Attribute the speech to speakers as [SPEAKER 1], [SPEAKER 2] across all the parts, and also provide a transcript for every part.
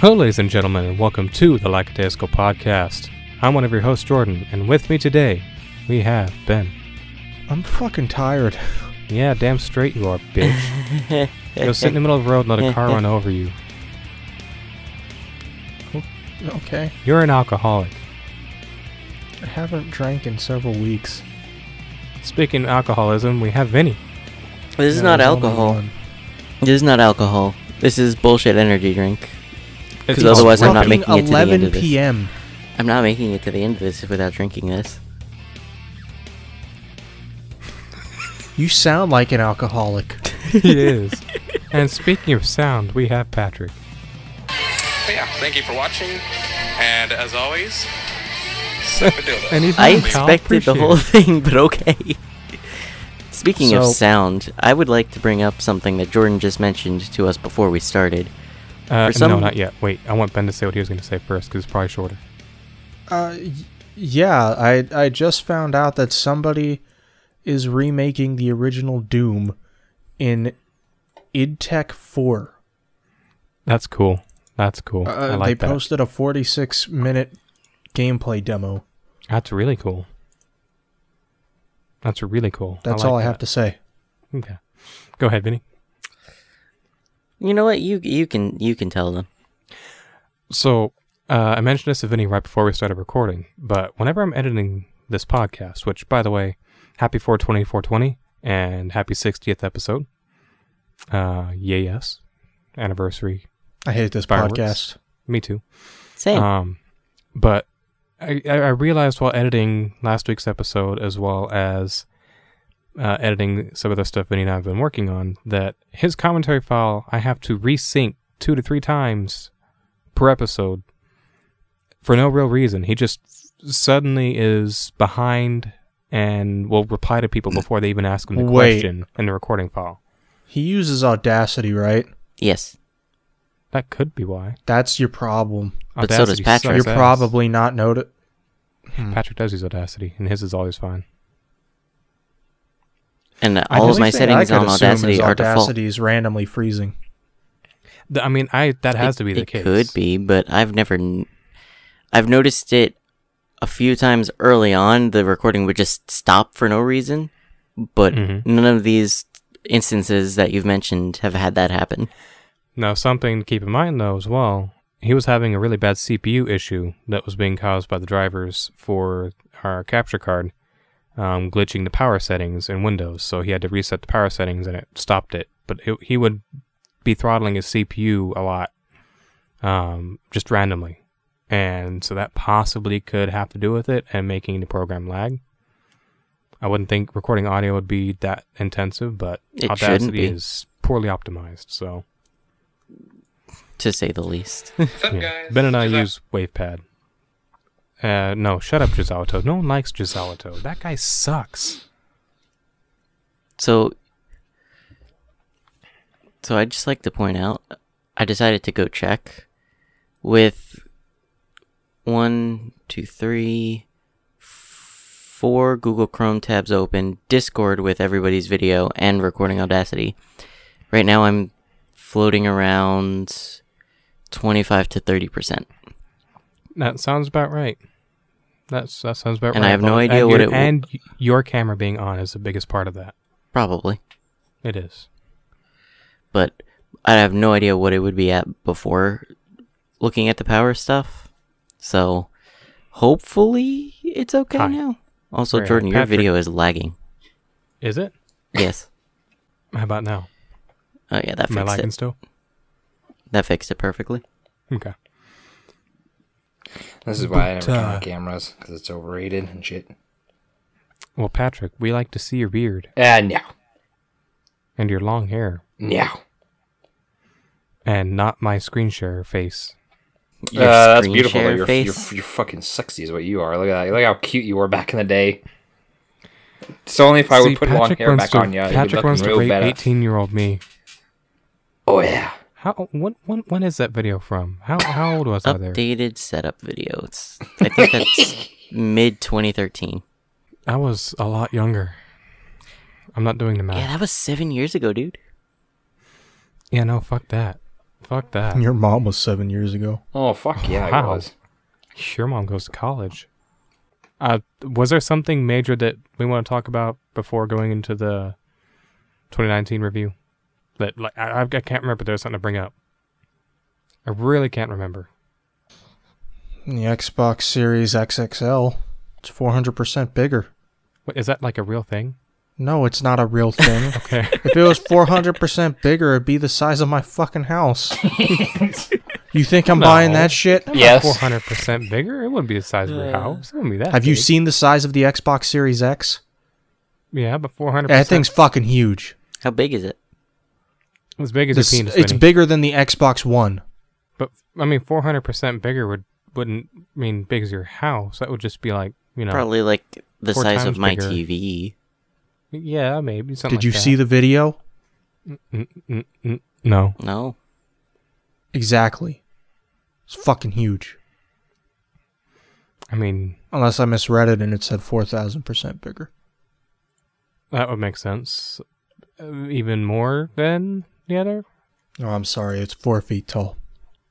[SPEAKER 1] Hello, ladies and gentlemen, and welcome to the Lackadaisical Podcast. I'm one of your hosts, Jordan, and with me today, we have Ben.
[SPEAKER 2] I'm fucking tired.
[SPEAKER 1] Yeah, damn straight you are, bitch. Go sit in the middle of the road and let a car run over you.
[SPEAKER 2] Okay.
[SPEAKER 1] You're an alcoholic.
[SPEAKER 2] I haven't drank in several weeks.
[SPEAKER 1] Speaking of alcoholism, we have Vinny.
[SPEAKER 3] This
[SPEAKER 2] Yeah,
[SPEAKER 3] is not
[SPEAKER 2] there's only
[SPEAKER 3] alcohol.
[SPEAKER 2] one.
[SPEAKER 3] This is not alcohol. This is bullshit energy drink.
[SPEAKER 1] It's
[SPEAKER 3] 'Cause otherwise I'm not
[SPEAKER 2] Fucking
[SPEAKER 3] making it to the end
[SPEAKER 2] 11
[SPEAKER 3] of this.
[SPEAKER 2] p.m.
[SPEAKER 3] I'm not making it to the end of this without drinking this.
[SPEAKER 2] You sound like an alcoholic.
[SPEAKER 1] He is. and speaking of sound, we have Patrick.
[SPEAKER 4] But yeah, thank you for watching. And as always, sip a dildo.
[SPEAKER 2] Oh,
[SPEAKER 1] And he's
[SPEAKER 3] I
[SPEAKER 1] not a child,
[SPEAKER 3] expected the
[SPEAKER 1] appreciate
[SPEAKER 3] whole
[SPEAKER 1] it.
[SPEAKER 3] thing, but okay. Speaking of
[SPEAKER 2] So-
[SPEAKER 3] sound, I would like to bring up something that Jordan just mentioned to us before we started.
[SPEAKER 1] Uh,
[SPEAKER 3] for some-
[SPEAKER 1] No, not yet. Wait, I want Ben to say what he was going to say first because it's probably shorter.
[SPEAKER 2] Uh, y- yeah, I I just found out that somebody is remaking the original Doom in id Tech 4.
[SPEAKER 1] That's cool. That's cool. I
[SPEAKER 2] Uh,
[SPEAKER 1] like
[SPEAKER 2] they
[SPEAKER 1] that.
[SPEAKER 2] posted a 46 minute gameplay demo.
[SPEAKER 1] That's really cool. That's really cool.
[SPEAKER 2] That's
[SPEAKER 1] like
[SPEAKER 2] all I
[SPEAKER 1] that.
[SPEAKER 2] have to say.
[SPEAKER 1] Okay. Go ahead, Vinny.
[SPEAKER 3] You know what? You you can you can tell them.
[SPEAKER 1] So uh, I mentioned this to Vinny right before we started recording, but whenever I'm editing this podcast, which by the way, happy 420 420 and happy 60th episode. Uh, yeah, yes, anniversary.
[SPEAKER 2] I hate this
[SPEAKER 1] Fireworks.
[SPEAKER 2] podcast.
[SPEAKER 1] Me too.
[SPEAKER 2] Uh,
[SPEAKER 3] Same.
[SPEAKER 1] Um, but I, I I realized while editing last week's episode, as well as uh, editing some of the stuff Vinny and I have been working on, that his commentary file I have to resync two to three times per episode for no real reason. He just suddenly is behind and will reply to
[SPEAKER 3] Mm.
[SPEAKER 1] people before they even ask him the
[SPEAKER 2] Wait.
[SPEAKER 1] question in the recording file.
[SPEAKER 2] He uses Audacity, right?
[SPEAKER 3] yes.
[SPEAKER 1] That could be why.
[SPEAKER 2] That's your problem.
[SPEAKER 3] But so does
[SPEAKER 1] Audacity
[SPEAKER 3] Patrick.
[SPEAKER 1] sucks
[SPEAKER 2] You're
[SPEAKER 1] ass.
[SPEAKER 2] probably not noti-
[SPEAKER 1] Patrick does use Audacity, and his is always fine.
[SPEAKER 3] And uh,
[SPEAKER 2] I
[SPEAKER 3] all of
[SPEAKER 2] just
[SPEAKER 3] my
[SPEAKER 2] think I
[SPEAKER 3] settings
[SPEAKER 2] could
[SPEAKER 3] on
[SPEAKER 2] assume
[SPEAKER 3] Audacity
[SPEAKER 2] is
[SPEAKER 3] are default.
[SPEAKER 2] Audacity is randomly freezing.
[SPEAKER 1] Th- I mean, I that has to be the
[SPEAKER 3] it
[SPEAKER 1] case.
[SPEAKER 3] could be, but I've never. n- I've noticed it a few times early on. The recording would just stop for no reason, but
[SPEAKER 1] Mhm.
[SPEAKER 3] none of these instances that you've mentioned have had that happen.
[SPEAKER 1] Now, something to keep in mind though, as well, he was having a really bad CPU issue that was being caused by the drivers for our capture card um, glitching the power settings in Windows. So he had to reset the power settings, and it stopped it. But it, he would be throttling his CPU a lot, um, just randomly, and so that possibly could have to do with it and making the program lag. I wouldn't think recording audio would be that intensive, but
[SPEAKER 3] It shouldn't
[SPEAKER 1] Audacity
[SPEAKER 3] be.
[SPEAKER 1] is poorly optimized, so.
[SPEAKER 3] To say the least.
[SPEAKER 4] What's up,
[SPEAKER 1] Yeah.
[SPEAKER 4] guys?
[SPEAKER 1] Ben and I
[SPEAKER 4] Is that-
[SPEAKER 1] use WavePad. Uh, no, shut up, Gisalato. No one likes Gisalato. That guy sucks.
[SPEAKER 3] so, so I'd just like to point out, I decided to go check with one, two, three, four Google Chrome tabs open, Discord with everybody's video, and recording Audacity. Right now, I'm floating around twenty-five to thirty percent.
[SPEAKER 1] That sounds about right. That's that sounds about right.
[SPEAKER 3] And I have no
[SPEAKER 1] Well,
[SPEAKER 3] idea
[SPEAKER 1] and your-
[SPEAKER 3] what it w-
[SPEAKER 1] and y- your camera being on is the biggest part of that.
[SPEAKER 3] Probably.
[SPEAKER 1] It is.
[SPEAKER 3] but I have no idea what it would be at before looking at the power stuff. So hopefully it's okay
[SPEAKER 1] Hi.
[SPEAKER 3] now. Also,
[SPEAKER 1] Very high.
[SPEAKER 3] Jordan, your
[SPEAKER 1] Patrick.
[SPEAKER 3] video is lagging.
[SPEAKER 1] Is it?
[SPEAKER 3] Yes.
[SPEAKER 1] How about now?
[SPEAKER 3] Oh yeah, that
[SPEAKER 1] Am I
[SPEAKER 3] fixed
[SPEAKER 1] lagging
[SPEAKER 3] it.
[SPEAKER 1] still?
[SPEAKER 3] That fixed it perfectly.
[SPEAKER 1] Okay.
[SPEAKER 5] This is why I never
[SPEAKER 1] But,
[SPEAKER 5] turn
[SPEAKER 1] uh,
[SPEAKER 5] on cameras because it's overrated and shit.
[SPEAKER 1] Well, Patrick, we like to see your beard
[SPEAKER 5] Ah, no,
[SPEAKER 1] and your long hair,
[SPEAKER 5] no.
[SPEAKER 1] and not my screen share face.
[SPEAKER 3] Your
[SPEAKER 5] Uh, that's
[SPEAKER 3] screen
[SPEAKER 5] beautiful.
[SPEAKER 3] share
[SPEAKER 5] Though. You're, you're,
[SPEAKER 3] face.
[SPEAKER 5] you're fucking sexy, is what you are. Look at that. Look how cute you were back in the day. It's only if I
[SPEAKER 1] See,
[SPEAKER 5] would put long hair
[SPEAKER 1] runs
[SPEAKER 5] back
[SPEAKER 1] to,
[SPEAKER 5] on you.
[SPEAKER 1] Patrick runs to
[SPEAKER 5] real
[SPEAKER 1] rape
[SPEAKER 5] bad.
[SPEAKER 1] eighteen-year-old me.
[SPEAKER 5] Oh yeah.
[SPEAKER 1] How? When? When? When is that video from? How? How old was I there?
[SPEAKER 3] Updated setup video. It's I think that's mid 2013.
[SPEAKER 1] I was a lot younger. I'm not doing the math.
[SPEAKER 3] Yeah,
[SPEAKER 1] Yeah,
[SPEAKER 3] that was seven years ago, dude.
[SPEAKER 1] no, fuck that. Fuck Fuck that.
[SPEAKER 2] Your mom was seven years ago.
[SPEAKER 5] Oh fuck yeah, it
[SPEAKER 1] Wow.
[SPEAKER 5] was.
[SPEAKER 1] Your mom goes to college. Uh, was there something major that we want to talk about before going into the 2019 review? That like I, I've- I can't remember. There's something to bring up. I really can't remember.
[SPEAKER 2] The Xbox Series XXL. It's 400% bigger.
[SPEAKER 1] What, is that like a real thing?
[SPEAKER 2] No, it's not a real thing.
[SPEAKER 1] Okay.
[SPEAKER 2] if it was 400% bigger, it'd be the size of my fucking house. you think I'm
[SPEAKER 1] No.
[SPEAKER 2] buying that shit?
[SPEAKER 5] Yes.
[SPEAKER 1] 400% bigger? It wouldn't be the size of your house. It wouldn't be that
[SPEAKER 2] Have you
[SPEAKER 1] big.
[SPEAKER 2] seen the size of the Xbox Series X?
[SPEAKER 1] Yeah, but 400%.
[SPEAKER 2] That thing's fucking huge.
[SPEAKER 3] How big is it?
[SPEAKER 1] as big as
[SPEAKER 2] This-
[SPEAKER 1] your penis.
[SPEAKER 2] it's
[SPEAKER 1] Vinny.
[SPEAKER 2] bigger than the Xbox One.
[SPEAKER 1] But I mean, four hundred percent bigger would wouldn't mean big as your house. That would just be like you know,
[SPEAKER 3] Probably like the
[SPEAKER 1] Four
[SPEAKER 3] size of
[SPEAKER 1] times
[SPEAKER 3] my
[SPEAKER 1] bigger.
[SPEAKER 3] TV.
[SPEAKER 1] yeah, maybe something.
[SPEAKER 2] Did you see the video?
[SPEAKER 1] see? No,
[SPEAKER 3] No.
[SPEAKER 2] Exactly. It's fucking huge.
[SPEAKER 1] I mean
[SPEAKER 2] Unless I misread it and it said 4,000% bigger.
[SPEAKER 1] that would make sense. Uh, even more than the other.
[SPEAKER 2] Oh, I'm sorry. It's four feet tall.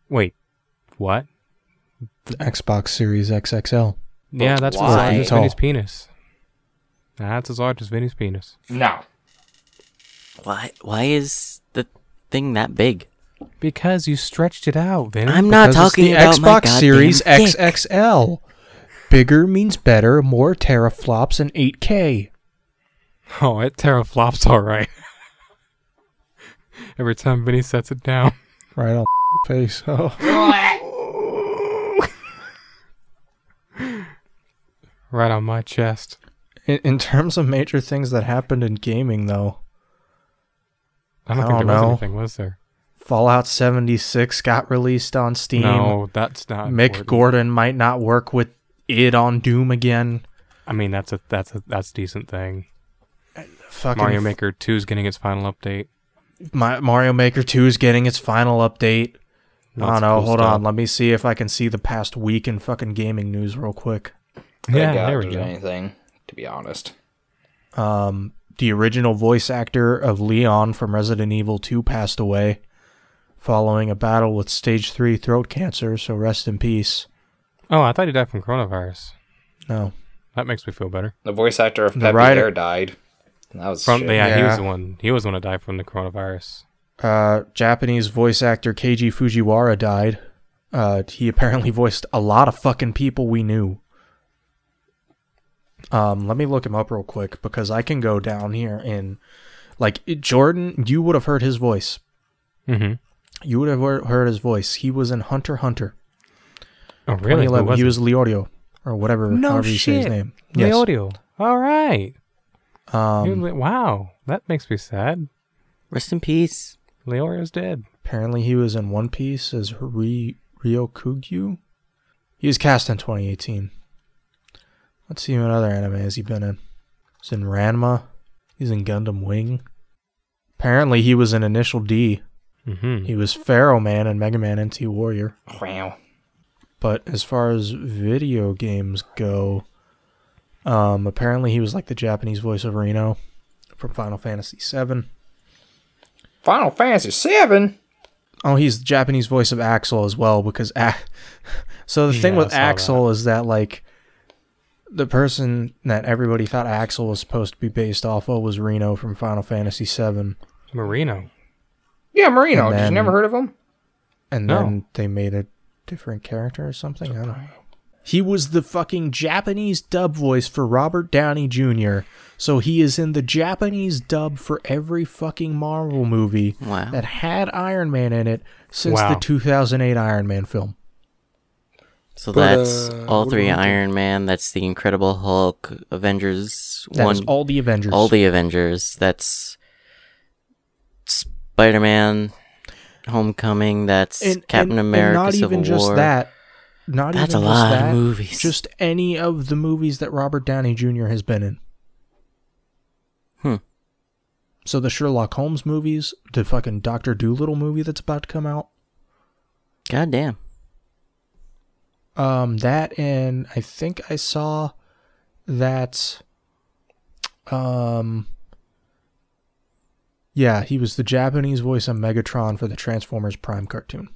[SPEAKER 1] Wait, what?
[SPEAKER 2] The Xbox Series XXL.
[SPEAKER 1] yeah, that's as
[SPEAKER 5] why?
[SPEAKER 1] large as
[SPEAKER 2] Tall.
[SPEAKER 1] Vinny's penis. That's as large as Vinny's penis.
[SPEAKER 5] No.
[SPEAKER 3] Why? Why is the thing that big?
[SPEAKER 1] Because you stretched it out, Vinny.
[SPEAKER 3] I'm not
[SPEAKER 2] Because it's
[SPEAKER 3] talking
[SPEAKER 2] the
[SPEAKER 3] about my
[SPEAKER 2] Xbox
[SPEAKER 3] goddamn
[SPEAKER 2] Series
[SPEAKER 3] dick.
[SPEAKER 2] XXL. Bigger means better, more teraflops, and 8K.
[SPEAKER 1] Oh, it teraflops all right. Every time Vinny sets it down.
[SPEAKER 2] Right on face. Oh.
[SPEAKER 1] Right on my chest.
[SPEAKER 2] In, in terms of major things that happened in gaming, though,
[SPEAKER 1] I don't
[SPEAKER 2] I
[SPEAKER 1] think
[SPEAKER 2] don't
[SPEAKER 1] there was
[SPEAKER 2] know.
[SPEAKER 1] anything, was there?
[SPEAKER 2] Fallout 76 got released on Steam.
[SPEAKER 1] No, that's not.
[SPEAKER 2] Mick
[SPEAKER 1] important.
[SPEAKER 2] Gordon might not work with id on Doom again.
[SPEAKER 1] I mean, that's a that's a that's a decent thing.
[SPEAKER 2] Fucking
[SPEAKER 1] Mario Maker Two is getting its final update.
[SPEAKER 2] My, Mario Maker 2 is getting its final update.
[SPEAKER 1] Lots
[SPEAKER 2] I don't
[SPEAKER 1] of
[SPEAKER 2] know.
[SPEAKER 1] cool
[SPEAKER 2] Hold
[SPEAKER 1] stuff.
[SPEAKER 2] on. Let me see if I can see the past week in fucking gaming news real quick.
[SPEAKER 1] Yeah,
[SPEAKER 5] Thank God
[SPEAKER 1] there we
[SPEAKER 5] there's
[SPEAKER 1] go.
[SPEAKER 5] Anything to be honest.
[SPEAKER 2] Um, the original voice actor of Leon from Resident Evil 2 passed away following a battle with stage 3 throat cancer, so rest in peace.
[SPEAKER 1] Oh, I thought he died from coronavirus.
[SPEAKER 2] No.
[SPEAKER 1] That makes me feel better.
[SPEAKER 5] The voice actor of
[SPEAKER 2] The
[SPEAKER 5] Pepe
[SPEAKER 2] writer-
[SPEAKER 5] Air died. And That was
[SPEAKER 1] From
[SPEAKER 5] shit.
[SPEAKER 1] yeah, he
[SPEAKER 2] Yeah.
[SPEAKER 1] was the one. He was the one that died from the coronavirus.
[SPEAKER 2] Uh, Japanese voice actor Keiji Fujiwara died. Uh, he apparently voiced a lot of fucking people we knew. Um, let me look him up real quick because I can go down here and, like, it- Jordan, you would have heard his voice.
[SPEAKER 1] Mm-hmm.
[SPEAKER 2] You would have heard- heard his voice. He was in Hunter x Hunter.
[SPEAKER 1] Oh, really? Who
[SPEAKER 2] 2011.
[SPEAKER 1] was
[SPEAKER 2] he
[SPEAKER 1] it?
[SPEAKER 2] was Leorio or whatever.
[SPEAKER 1] No
[SPEAKER 2] however you say his
[SPEAKER 1] shit.
[SPEAKER 2] name.
[SPEAKER 1] Leorio. All right.
[SPEAKER 2] Yes. Um,
[SPEAKER 1] Dude, wow, that makes me sad.
[SPEAKER 3] Rest in peace.
[SPEAKER 1] Leorio's dead.
[SPEAKER 2] apparently, he was in One Piece as Ri- Ryokugyu. He was cast in 2018. Let's see what other anime has he been in. He's in Ranma. He's in Gundam Wing. Apparently, he was in Initial D.
[SPEAKER 1] Mm-hmm.
[SPEAKER 2] He was Pharaoh Man in Mega Man NT Warrior.
[SPEAKER 5] Wow.
[SPEAKER 2] But as far as video games go, um, apparently he was like the Japanese voice of Reno from Final Fantasy VII.
[SPEAKER 5] Final Fantasy Seven.
[SPEAKER 2] Oh, he's the Japanese voice of Axel as well because A- so the thing
[SPEAKER 1] Yeah, I
[SPEAKER 2] with
[SPEAKER 1] saw
[SPEAKER 2] Axel is that like the person that everybody thought Axel was supposed to be based off of was Reno from Final Fantasy VII,
[SPEAKER 1] Marino.
[SPEAKER 5] Yeah, Marino.
[SPEAKER 2] And
[SPEAKER 5] Did you
[SPEAKER 2] then-
[SPEAKER 5] never heard of him?
[SPEAKER 2] and
[SPEAKER 1] No.
[SPEAKER 2] then they made a different character or something. I don't know. He was the fucking Japanese dub voice for Robert Downey Jr. So he is in the Japanese dub for every fucking Marvel movie
[SPEAKER 3] Wow.
[SPEAKER 2] that had Iron Man in it since
[SPEAKER 1] Wow.
[SPEAKER 2] the 2008 Iron Man film.
[SPEAKER 3] So
[SPEAKER 5] But,
[SPEAKER 3] that's
[SPEAKER 5] uh,
[SPEAKER 3] all
[SPEAKER 5] what
[SPEAKER 3] three
[SPEAKER 5] about the-
[SPEAKER 3] Iron Man. That's the Incredible Hulk, Avengers
[SPEAKER 2] That
[SPEAKER 3] one,
[SPEAKER 2] is all the Avengers.
[SPEAKER 3] all the Avengers. That's Spider Man, Homecoming. That's Captain America,
[SPEAKER 2] not
[SPEAKER 3] Civil
[SPEAKER 2] even just
[SPEAKER 3] War.
[SPEAKER 2] that. Not
[SPEAKER 3] That's
[SPEAKER 2] even
[SPEAKER 3] a
[SPEAKER 2] just
[SPEAKER 3] lot of
[SPEAKER 2] that,
[SPEAKER 3] movies.
[SPEAKER 2] Just any of the movies that Robert Downey Jr. has been in.
[SPEAKER 3] Hmm.
[SPEAKER 2] So the Sherlock Holmes movies, the fucking Doctor Doolittle movie that's about to come out.
[SPEAKER 3] God damn.
[SPEAKER 2] Um, that and I think I saw that. Um, Yeah, he was the Japanese voice on Megatron for the Transformers Prime cartoon.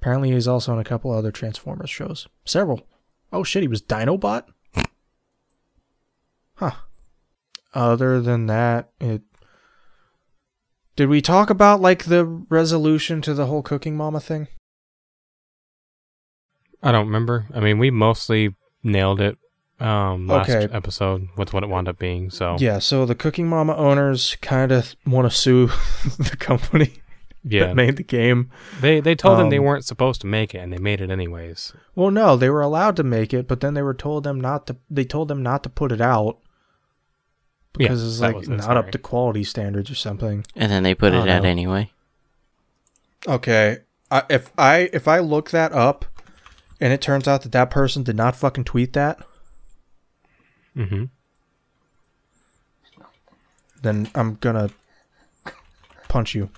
[SPEAKER 2] Apparently, he's also on a couple other Transformers shows. Several. Oh shit, he was Dinobot? Huh. Other than that, it. Did we talk about, like, the resolution to the whole Cooking Mama thing?
[SPEAKER 1] I don't remember. I mean, we mostly nailed it um, last
[SPEAKER 2] Okay.
[SPEAKER 1] episode with what it wound up being. So
[SPEAKER 2] Yeah, so the Cooking Mama owners kind of want to sue the company
[SPEAKER 1] yeah.
[SPEAKER 2] that made the game.
[SPEAKER 1] they they told them they
[SPEAKER 2] Um,
[SPEAKER 1] weren't supposed to make it, and they made it anyways.
[SPEAKER 2] Well, no, they were allowed to make it, but then they were told them not to. They told them not to put it out
[SPEAKER 1] Yeah,
[SPEAKER 2] because it's
[SPEAKER 1] that
[SPEAKER 2] like
[SPEAKER 1] was it,
[SPEAKER 2] not
[SPEAKER 1] sorry.
[SPEAKER 2] up to quality standards or something.
[SPEAKER 3] And then they put
[SPEAKER 2] Oh,
[SPEAKER 3] it out
[SPEAKER 2] no.
[SPEAKER 3] anyway.
[SPEAKER 2] Okay, I, if I if I look that up, and it turns out that that person did not fucking tweet that,
[SPEAKER 1] hmm
[SPEAKER 2] then I'm gonna punch you.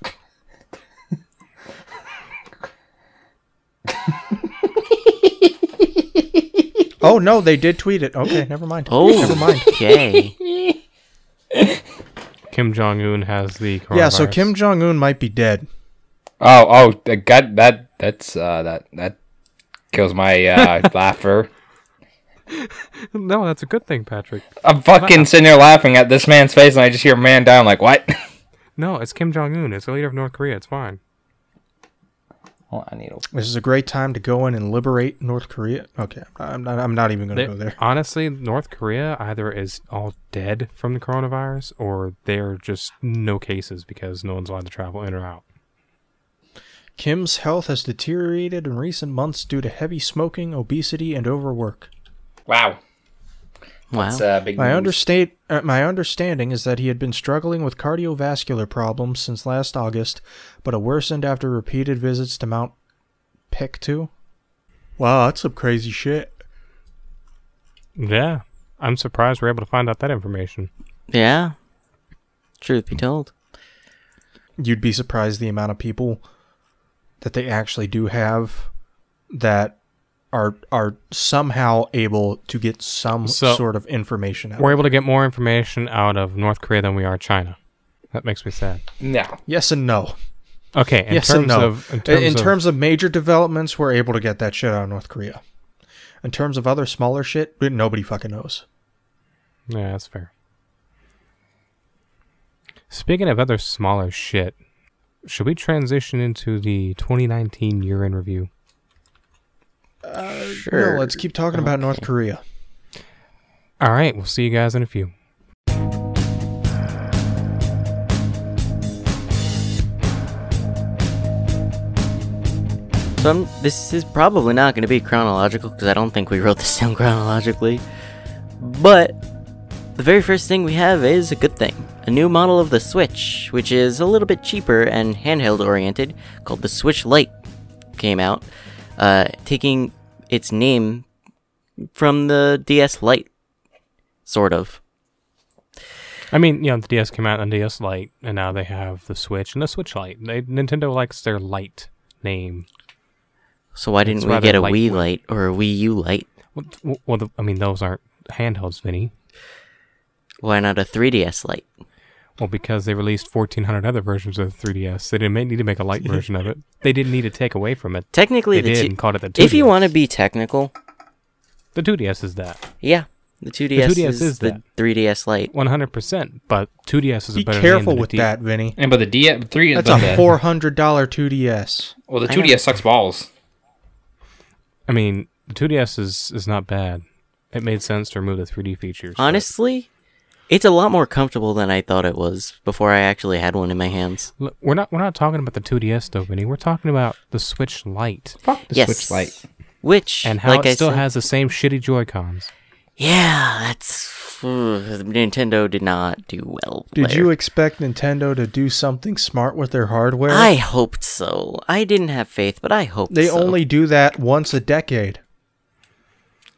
[SPEAKER 2] oh no, they did tweet it. Okay, never mind.
[SPEAKER 3] Oh,
[SPEAKER 2] never mind.
[SPEAKER 3] okay.
[SPEAKER 1] Kim Jong Un has the coronavirus.
[SPEAKER 2] Yeah, so Kim Jong Un might be dead.
[SPEAKER 5] Oh, oh, that got that. That's uh, that that kills my uh, laugher.
[SPEAKER 1] No, that's a good thing, Patrick.
[SPEAKER 5] I'm fucking sitting there laughing at this man's face, and I just hear man down. Like what?
[SPEAKER 1] No, it's Kim Jong Un. It's the leader of North Korea. It's fine.
[SPEAKER 5] Well, I need a
[SPEAKER 2] This is a great time to go in and liberate North Korea. Okay, I'm not. I'm not even going to
[SPEAKER 1] They-
[SPEAKER 2] go there.
[SPEAKER 1] Honestly, North Korea either is all dead from the coronavirus, or they're just no cases because no one's allowed to travel in or out.
[SPEAKER 2] Kim's health has deteriorated in recent months due to heavy smoking, obesity, and overwork.
[SPEAKER 5] wow.
[SPEAKER 3] Wow.
[SPEAKER 5] It's uh, big.
[SPEAKER 2] My
[SPEAKER 5] news.
[SPEAKER 2] understate. Uh, my understanding is that he had been struggling with cardiovascular problems since last August, but it worsened after repeated visits to Mount Pictou. Wow, that's some crazy shit.
[SPEAKER 1] Yeah, I'm surprised we're able to find out that information.
[SPEAKER 3] Yeah. Truth be told.
[SPEAKER 2] You'd be surprised the amount of people that they actually do have that are are somehow able to get some
[SPEAKER 1] So-
[SPEAKER 2] sort of information out.
[SPEAKER 1] We're able to get more information out of North Korea than we are China. That makes me sad.
[SPEAKER 5] no.
[SPEAKER 2] yes and no.
[SPEAKER 1] Okay, in
[SPEAKER 2] yes
[SPEAKER 1] terms
[SPEAKER 2] and no.
[SPEAKER 1] of in
[SPEAKER 2] In-
[SPEAKER 1] terms,
[SPEAKER 2] in
[SPEAKER 1] of,
[SPEAKER 2] terms of major developments, we're able to get that shit out of North Korea. In terms of other smaller shit, we- nobody fucking knows.
[SPEAKER 1] yeah, that's fair. Speaking of other smaller shit, should we transition into the 2019 year in review?
[SPEAKER 3] Sure.
[SPEAKER 2] No, let's keep talking about North Korea.
[SPEAKER 1] All right, we'll see you guys in a few.
[SPEAKER 3] So I'm, this is probably not going to be chronological because I don't think we wrote this down chronologically. But the very first thing we have is a good thing a new model of the Switch, which is a little bit cheaper and handheld oriented, called the Switch Lite, came out, uh, taking its name from the DS Lite, sort of.
[SPEAKER 1] I mean, you know, the DS came out and DS Lite, and now they have the Switch and the Switch Lite. They, Nintendo likes their Lite name.
[SPEAKER 3] So why didn't
[SPEAKER 1] It's
[SPEAKER 3] we
[SPEAKER 1] rather
[SPEAKER 3] get a Wii
[SPEAKER 1] lightweight.
[SPEAKER 3] Lite or a Wii U Lite?
[SPEAKER 1] Well, th- well the, I mean, those aren't handhelds, Vinny.
[SPEAKER 3] Why not a 3DS Lite?
[SPEAKER 1] Well, because they released 1,400 other versions of the 3DS. They didn't ma- need to make a light version of it. They didn't need to take away from it.
[SPEAKER 3] Technically,
[SPEAKER 1] They
[SPEAKER 3] the
[SPEAKER 1] did
[SPEAKER 3] two-
[SPEAKER 1] and called it the
[SPEAKER 3] e-, if you
[SPEAKER 1] 2DS.
[SPEAKER 3] want to be technical,
[SPEAKER 1] The 2DS is that.
[SPEAKER 3] Yeah, the 2DS,
[SPEAKER 1] 2DS
[SPEAKER 3] is,
[SPEAKER 1] is
[SPEAKER 3] the
[SPEAKER 1] that.
[SPEAKER 3] 3DS Lite.
[SPEAKER 1] 100%, but 2DS is a
[SPEAKER 2] Be
[SPEAKER 1] better
[SPEAKER 2] careful
[SPEAKER 1] name than
[SPEAKER 2] with
[SPEAKER 1] the D-
[SPEAKER 2] that, Vinny.
[SPEAKER 5] And but the D three.
[SPEAKER 2] That's
[SPEAKER 5] but
[SPEAKER 2] a
[SPEAKER 5] the-
[SPEAKER 2] four hundred dollar two DS.
[SPEAKER 5] Well, the
[SPEAKER 3] I
[SPEAKER 5] two
[SPEAKER 3] know.
[SPEAKER 5] DS sucks balls.
[SPEAKER 1] I mean, the 2DS is, is not bad. It made sense to remove the 3D features. but-
[SPEAKER 3] Honestly, it's a lot more comfortable than I thought it was before I actually had one in my hands.
[SPEAKER 1] Look, we're not we're not talking about the 2DS though, Vinny. We're talking about the Switch Lite
[SPEAKER 5] Fuck the
[SPEAKER 3] yes,
[SPEAKER 5] Switch Lite.
[SPEAKER 3] Which
[SPEAKER 1] and how
[SPEAKER 3] like
[SPEAKER 1] it
[SPEAKER 3] I
[SPEAKER 1] still
[SPEAKER 3] said,
[SPEAKER 1] has the same shitty Joy Cons.
[SPEAKER 3] Yeah, that's Nintendo did not do well.
[SPEAKER 2] Did
[SPEAKER 3] there.
[SPEAKER 2] you expect Nintendo to do something smart with their hardware?
[SPEAKER 3] I hoped so. I didn't have faith, but I hoped.
[SPEAKER 2] they
[SPEAKER 3] so.
[SPEAKER 2] only do that once a decade,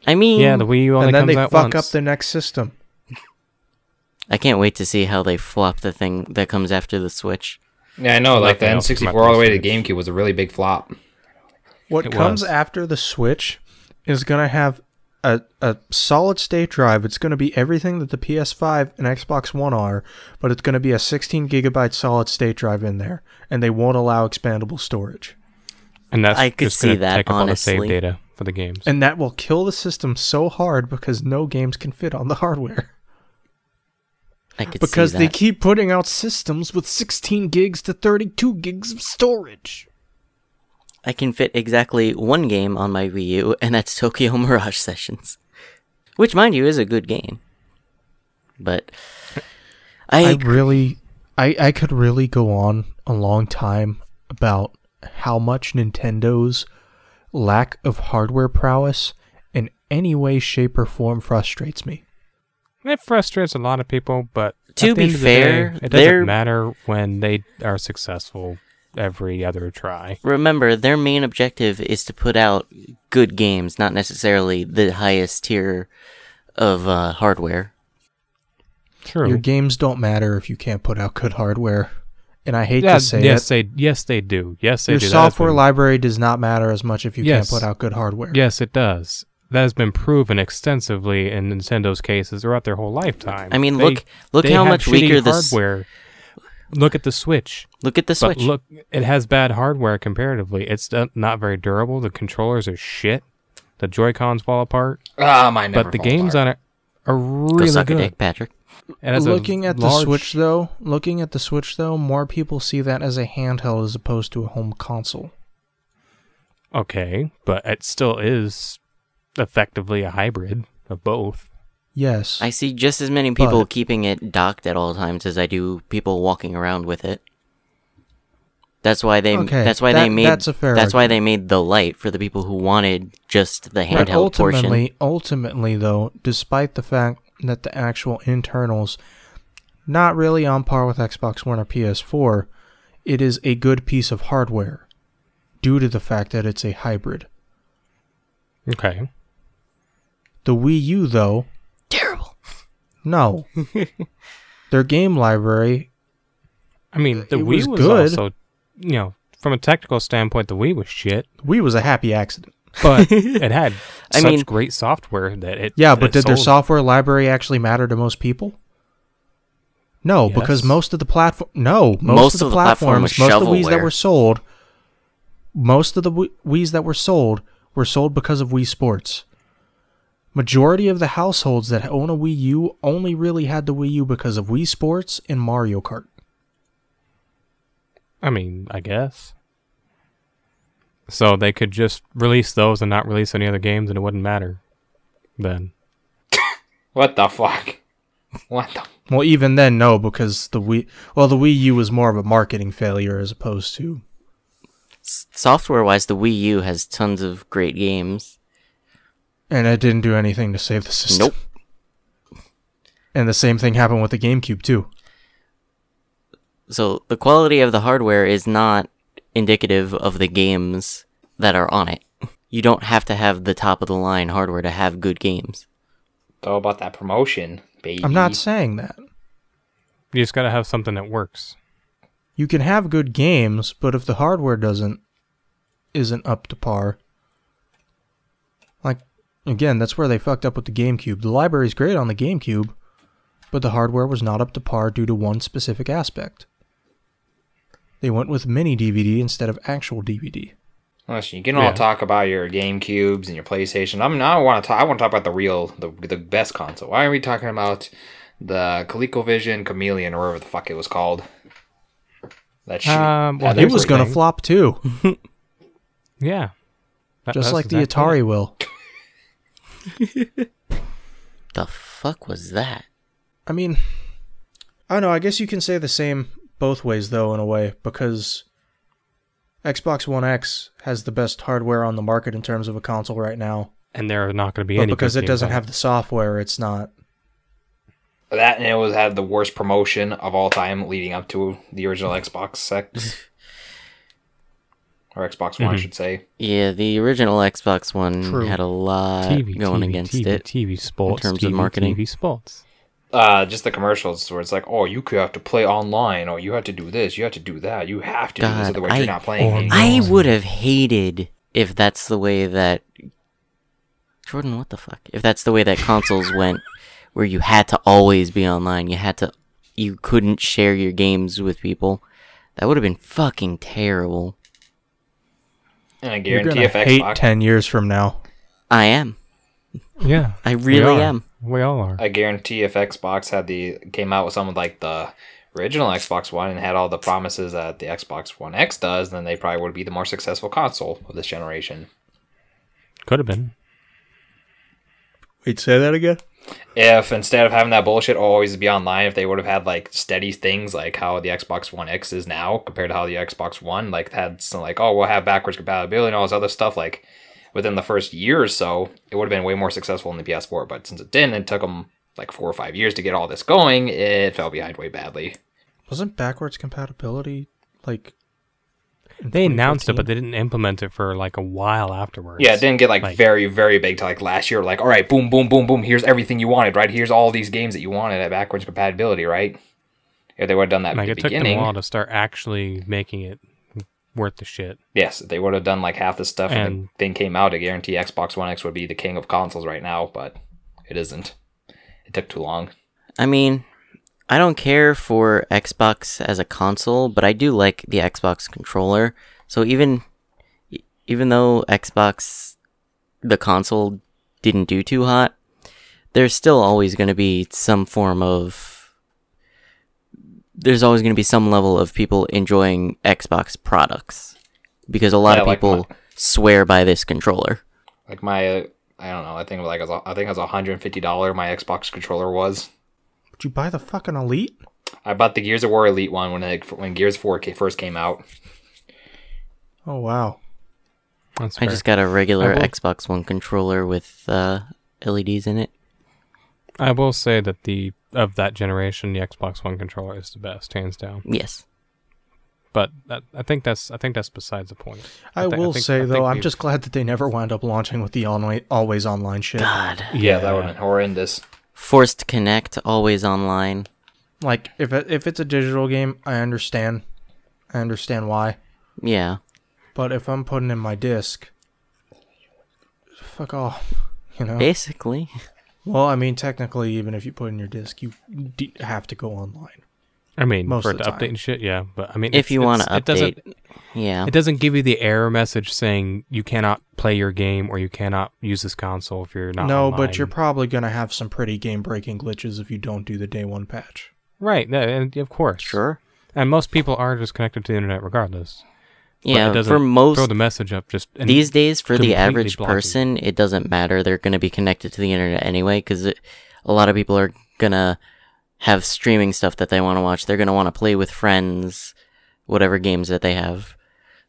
[SPEAKER 3] I mean,
[SPEAKER 1] Yeah, the Wii U only
[SPEAKER 2] and then
[SPEAKER 1] comes
[SPEAKER 2] they
[SPEAKER 1] out
[SPEAKER 2] fuck
[SPEAKER 1] once.
[SPEAKER 2] up the next system.
[SPEAKER 3] I can't wait to see how they flop the thing that comes after the Switch.
[SPEAKER 5] Yeah, I know. Like the
[SPEAKER 1] Nothing
[SPEAKER 5] N
[SPEAKER 1] else
[SPEAKER 5] sixty
[SPEAKER 1] came out
[SPEAKER 5] four all the way
[SPEAKER 1] for
[SPEAKER 5] to
[SPEAKER 1] the
[SPEAKER 5] the GameCube was a really big flop.
[SPEAKER 2] What
[SPEAKER 1] It
[SPEAKER 2] comes
[SPEAKER 1] was.
[SPEAKER 2] after the Switch is going to have a, a solid state drive. It's going to be everything that the PS5 and Xbox One are, but it's going to be a 16 gigabyte solid state drive in there, and they won't allow expandable storage.
[SPEAKER 1] And that's
[SPEAKER 3] I could
[SPEAKER 1] just gonna
[SPEAKER 3] see that,
[SPEAKER 1] take up all the save
[SPEAKER 3] honestly.
[SPEAKER 1] data for the games.
[SPEAKER 2] And that will kill the system so hard because no games can fit on the hardware.
[SPEAKER 3] I could
[SPEAKER 2] Because
[SPEAKER 3] see
[SPEAKER 2] they
[SPEAKER 3] that.
[SPEAKER 2] keep putting out systems with 16 gigs to 32 gigs of storage.
[SPEAKER 3] I can fit exactly one game on my Wii U, and that's Tokyo Mirage Sessions, which, mind you, is a good game. But I,
[SPEAKER 2] I really, I, I could really go on a long time about how much Nintendo's lack of hardware prowess in any way, shape, or form frustrates me.
[SPEAKER 1] It frustrates a lot of people, but at
[SPEAKER 3] To
[SPEAKER 1] the
[SPEAKER 3] be
[SPEAKER 1] end of the
[SPEAKER 3] fair,
[SPEAKER 1] day, it
[SPEAKER 3] they're-
[SPEAKER 1] doesn't matter when they are successful every other try.
[SPEAKER 3] remember their main objective is to put out good games, not necessarily the highest tier of uh, hardware.
[SPEAKER 1] True.
[SPEAKER 2] Your games don't matter if you can't put out good hardware, and I hate
[SPEAKER 1] Yeah,
[SPEAKER 2] to say
[SPEAKER 1] yes,
[SPEAKER 2] it.
[SPEAKER 1] they yes they do. Yes, they
[SPEAKER 2] Your
[SPEAKER 1] do. That has
[SPEAKER 2] software
[SPEAKER 1] been-
[SPEAKER 2] library does not matter as much if you
[SPEAKER 1] Yes.
[SPEAKER 2] can't put out good hardware.
[SPEAKER 1] Yes, it does. That has been proven extensively in Nintendo's cases throughout their whole lifetime.
[SPEAKER 3] I mean,
[SPEAKER 1] They-
[SPEAKER 3] look- look
[SPEAKER 1] they
[SPEAKER 3] how
[SPEAKER 1] have
[SPEAKER 3] much
[SPEAKER 1] shitty
[SPEAKER 3] weaker this-
[SPEAKER 1] hardware. Look at the Switch.
[SPEAKER 3] Look at the Switch.
[SPEAKER 1] But look, it has bad hardware comparatively. It's uh, not very durable. The controllers are shit. The Joy Cons fall apart.
[SPEAKER 5] Ah, mine never
[SPEAKER 1] but the
[SPEAKER 5] fall
[SPEAKER 1] games
[SPEAKER 5] apart.
[SPEAKER 1] on it are
[SPEAKER 3] Go
[SPEAKER 1] really
[SPEAKER 3] suck a
[SPEAKER 1] good.
[SPEAKER 3] dick, Patrick.
[SPEAKER 1] It has a
[SPEAKER 2] looking at the
[SPEAKER 1] large-
[SPEAKER 2] Switch though, looking at the Switch though, more people see that as a handheld as opposed to a home console.
[SPEAKER 1] Okay, but it still is effectively a hybrid of both.
[SPEAKER 2] Yes.
[SPEAKER 3] I see just as many people
[SPEAKER 2] But-
[SPEAKER 3] keeping it docked at all times as I do people walking around with it. That's why they.
[SPEAKER 2] Okay,
[SPEAKER 3] that's why they
[SPEAKER 2] that-
[SPEAKER 3] made.
[SPEAKER 2] that's a fair
[SPEAKER 3] That's why they made the light for the people who wanted just the
[SPEAKER 2] But
[SPEAKER 3] handheld portion.
[SPEAKER 2] ultimately, ultimately though, despite the fact that the actual internals not really on par with Xbox One or PS4, it is a good piece of hardware due to the fact that it's a hybrid.
[SPEAKER 1] Okay.
[SPEAKER 2] The Wii U though,
[SPEAKER 3] Terrible.
[SPEAKER 2] no. Their game library,
[SPEAKER 1] I mean, the
[SPEAKER 2] It
[SPEAKER 1] Wii
[SPEAKER 2] was
[SPEAKER 1] was
[SPEAKER 2] good.
[SPEAKER 1] also, you know, from a technical standpoint, the Wii was shit,
[SPEAKER 2] Wii was a happy accident.
[SPEAKER 1] but it had
[SPEAKER 3] I
[SPEAKER 1] such
[SPEAKER 3] mean-
[SPEAKER 1] great software that it.
[SPEAKER 2] Yeah,
[SPEAKER 1] that
[SPEAKER 2] but
[SPEAKER 1] it
[SPEAKER 2] did their
[SPEAKER 1] sold.
[SPEAKER 2] software library actually matter to most people? No, because
[SPEAKER 1] Yes.
[SPEAKER 2] most of the platform no, most, of the, platforms,
[SPEAKER 3] platform was
[SPEAKER 2] most of the Wii's that
[SPEAKER 3] shovelware.
[SPEAKER 2] were sold, most of the Wi- Wii's that were sold were sold because of Wii Sports. Majority of the households that own a Wii U only really had the Wii U because of Wii Sports and Mario Kart.
[SPEAKER 1] I mean, I guess. So they could just release those and not release any other games, and it wouldn't matter. Then
[SPEAKER 5] What the fuck? What the?
[SPEAKER 2] Well, even then, no, because the Wii well, the Wii U was more of a marketing failure as opposed to
[SPEAKER 3] Software wise, the Wii U has tons of great games.
[SPEAKER 2] and it didn't do anything to save the system.
[SPEAKER 3] Nope.
[SPEAKER 2] And the same thing happened with the GameCube too.
[SPEAKER 3] So the quality of the hardware is not indicative of the games that are on it. You don't have to have the top of the line hardware to have good games.
[SPEAKER 5] It's all about that promotion, baby.
[SPEAKER 2] I'm not saying that.
[SPEAKER 1] you just gotta have something that works.
[SPEAKER 2] You can have good games, but if the hardware doesn't isn't up to par. Like again, that's where they fucked up with the GameCube. The library's great on the GameCube, but the hardware was not up to par due to one specific aspect. They went with mini DVD instead of actual DVD.
[SPEAKER 5] Listen, you can all
[SPEAKER 1] Yeah.
[SPEAKER 5] talk about your GameCubes and your PlayStation. I'm not want to talk. I want to talk about the real, the the best console. Why are we talking about the ColecoVision Chameleon or whatever the fuck it was called? That shit.
[SPEAKER 1] Um, well,
[SPEAKER 5] That
[SPEAKER 1] That's
[SPEAKER 2] It was
[SPEAKER 5] everything.
[SPEAKER 2] going to flop too,
[SPEAKER 1] Yeah. That-
[SPEAKER 2] just
[SPEAKER 1] that's
[SPEAKER 2] like the
[SPEAKER 1] exactly
[SPEAKER 2] Atari
[SPEAKER 1] it.
[SPEAKER 2] will.
[SPEAKER 3] The fuck was that?
[SPEAKER 2] I mean, I don't know. I guess you can say the same both ways, though, in a way, because Xbox One X has the best hardware on the market in terms of a console right now.
[SPEAKER 1] And there are not going to be
[SPEAKER 2] But
[SPEAKER 1] any good
[SPEAKER 2] because it
[SPEAKER 1] games
[SPEAKER 2] doesn't
[SPEAKER 1] on
[SPEAKER 2] have the software, it's not.
[SPEAKER 5] That and it was had the worst promotion of all time leading up to the original Xbox Six or Xbox One, I
[SPEAKER 1] Mhm.
[SPEAKER 5] should say.
[SPEAKER 3] Yeah, the original Xbox One
[SPEAKER 2] True.
[SPEAKER 3] had a lot
[SPEAKER 1] TV
[SPEAKER 3] Uh, going
[SPEAKER 1] TV,
[SPEAKER 3] against
[SPEAKER 1] TV,
[SPEAKER 3] it.
[SPEAKER 1] TV sports
[SPEAKER 3] terms of
[SPEAKER 1] TV,
[SPEAKER 3] marketing.
[SPEAKER 1] TV sports.
[SPEAKER 5] Uh, just the commercials where it's like, oh, you could have to play online, or you have to do this, you have to do that, you have to do this,
[SPEAKER 3] God,
[SPEAKER 5] otherwise
[SPEAKER 3] I-
[SPEAKER 5] you're not playing.
[SPEAKER 1] Oh,
[SPEAKER 5] anymore."
[SPEAKER 3] I would have hated if that's the way that Jordan, what the fuck? If that's the way that consoles went, where you had to always be online, you had to, you couldn't share your games with people, that would have been fucking terrible.
[SPEAKER 5] And I
[SPEAKER 2] You're
[SPEAKER 5] guarantee
[SPEAKER 2] gonna
[SPEAKER 5] if
[SPEAKER 2] hate
[SPEAKER 5] Xbox,
[SPEAKER 2] ten years from now.
[SPEAKER 3] I am.
[SPEAKER 1] Yeah,
[SPEAKER 3] I
[SPEAKER 1] we are.
[SPEAKER 3] really am.
[SPEAKER 1] We all are.
[SPEAKER 5] I guarantee if Xbox had the came out with some of like the original Xbox One and had all the promises that the Xbox One X does, then they probably would be the more successful console of this generation.
[SPEAKER 1] Could have been.
[SPEAKER 2] Wait, say that again.
[SPEAKER 5] If instead of having that bullshit always be online, if they would have had like steady things like how the Xbox One X is now compared to how the Xbox One like had some like oh we'll have backwards compatibility and all this other stuff like within the first year or so, it would have been way more successful in the PS4. But since it didn't, it took them like four or five years to get all this going. It fell behind way badly.
[SPEAKER 2] Wasn't backwards compatibility like in
[SPEAKER 1] They announced it,
[SPEAKER 2] 2014?
[SPEAKER 1] but they didn't implement it for like a while afterwards.
[SPEAKER 5] Yeah, it didn't get like,
[SPEAKER 1] Like-
[SPEAKER 5] very, very big till like last year. Like, all right, boom, boom, boom, boom. Here's everything you wanted, right? Here's all these games that you wanted at backwards compatibility, right? If they would have done that
[SPEAKER 1] like
[SPEAKER 5] at
[SPEAKER 1] it
[SPEAKER 5] the
[SPEAKER 1] took them
[SPEAKER 5] beginning,
[SPEAKER 1] a while to start actually making it worth the shit.
[SPEAKER 5] yes, if they would have done like half the stuff and
[SPEAKER 1] And-
[SPEAKER 5] the thing came out. I guarantee Xbox One X would be the king of consoles right now, but it isn't. It took too long.
[SPEAKER 3] I mean, I don't care for Xbox as a console, but I do like the Xbox controller. So even e- even though Xbox the console didn't do too hot, there's still always going to be some form of there's always going to be some level of people enjoying Xbox products because a lot
[SPEAKER 5] Yeah,
[SPEAKER 3] of
[SPEAKER 5] like
[SPEAKER 3] people swear by this controller.
[SPEAKER 5] Like my, uh, I don't know. I think like it was, I think it was 150 dollar my Xbox controller was.
[SPEAKER 2] Did you buy the fucking elite?
[SPEAKER 5] I bought the Gears of War Elite one when it, when Gears 4 ca- first came out.
[SPEAKER 2] Oh wow.
[SPEAKER 1] That's
[SPEAKER 3] I
[SPEAKER 1] fair.
[SPEAKER 3] just got a regular
[SPEAKER 1] will-
[SPEAKER 3] Xbox One controller with uh, LEDs in it.
[SPEAKER 1] I will say that the of that generation, the Xbox One controller is the best, hands down.
[SPEAKER 3] Yes.
[SPEAKER 1] But that, I think that's I think that's besides the point.
[SPEAKER 2] I,
[SPEAKER 1] thi-
[SPEAKER 2] will
[SPEAKER 1] think-
[SPEAKER 2] say
[SPEAKER 1] I
[SPEAKER 2] though,
[SPEAKER 1] think
[SPEAKER 2] I'm
[SPEAKER 1] we've-
[SPEAKER 2] just glad that they never wound up launching with the always, always online shit.
[SPEAKER 3] God.
[SPEAKER 5] Yeah, that would have been horrendous.
[SPEAKER 3] Forced connect, always online.
[SPEAKER 2] Like if it, if it's a digital game, I understand, I understand why.
[SPEAKER 3] Yeah.
[SPEAKER 1] Oh.
[SPEAKER 2] But if I'm putting in my disc, fuck off. You
[SPEAKER 1] Eh?
[SPEAKER 2] know.
[SPEAKER 3] Basically.
[SPEAKER 2] Well, I mean, technically, even if you put in your disc, you d- have to go online.
[SPEAKER 1] I mean,
[SPEAKER 2] most
[SPEAKER 1] for
[SPEAKER 2] of
[SPEAKER 1] it to
[SPEAKER 2] the
[SPEAKER 1] update
[SPEAKER 2] time.
[SPEAKER 1] and shit, yeah. But I mean,
[SPEAKER 3] If
[SPEAKER 1] it's-
[SPEAKER 3] you want to
[SPEAKER 1] it's- it doesn't
[SPEAKER 3] update. um, Yeah.
[SPEAKER 1] it doesn't give you the error message saying you cannot play your game or you cannot use this console if you're not.
[SPEAKER 2] no,
[SPEAKER 1] online.
[SPEAKER 2] but you're probably gonna have some pretty game-breaking glitches if you don't do the day one patch.
[SPEAKER 1] right. no, and of course,
[SPEAKER 3] Sure.
[SPEAKER 1] And most people are just connected to the internet regardless. But it
[SPEAKER 3] Yeah.
[SPEAKER 1] doesn't
[SPEAKER 3] For
[SPEAKER 1] throw
[SPEAKER 3] most
[SPEAKER 1] the message up just and
[SPEAKER 3] these days, for the
[SPEAKER 1] completely
[SPEAKER 3] average
[SPEAKER 1] block you.
[SPEAKER 3] person, it doesn't matter. They're going to be connected to the internet anyway because a lot of people are going to have streaming stuff that they want to watch. They're going to want to play with friends, whatever games that they have.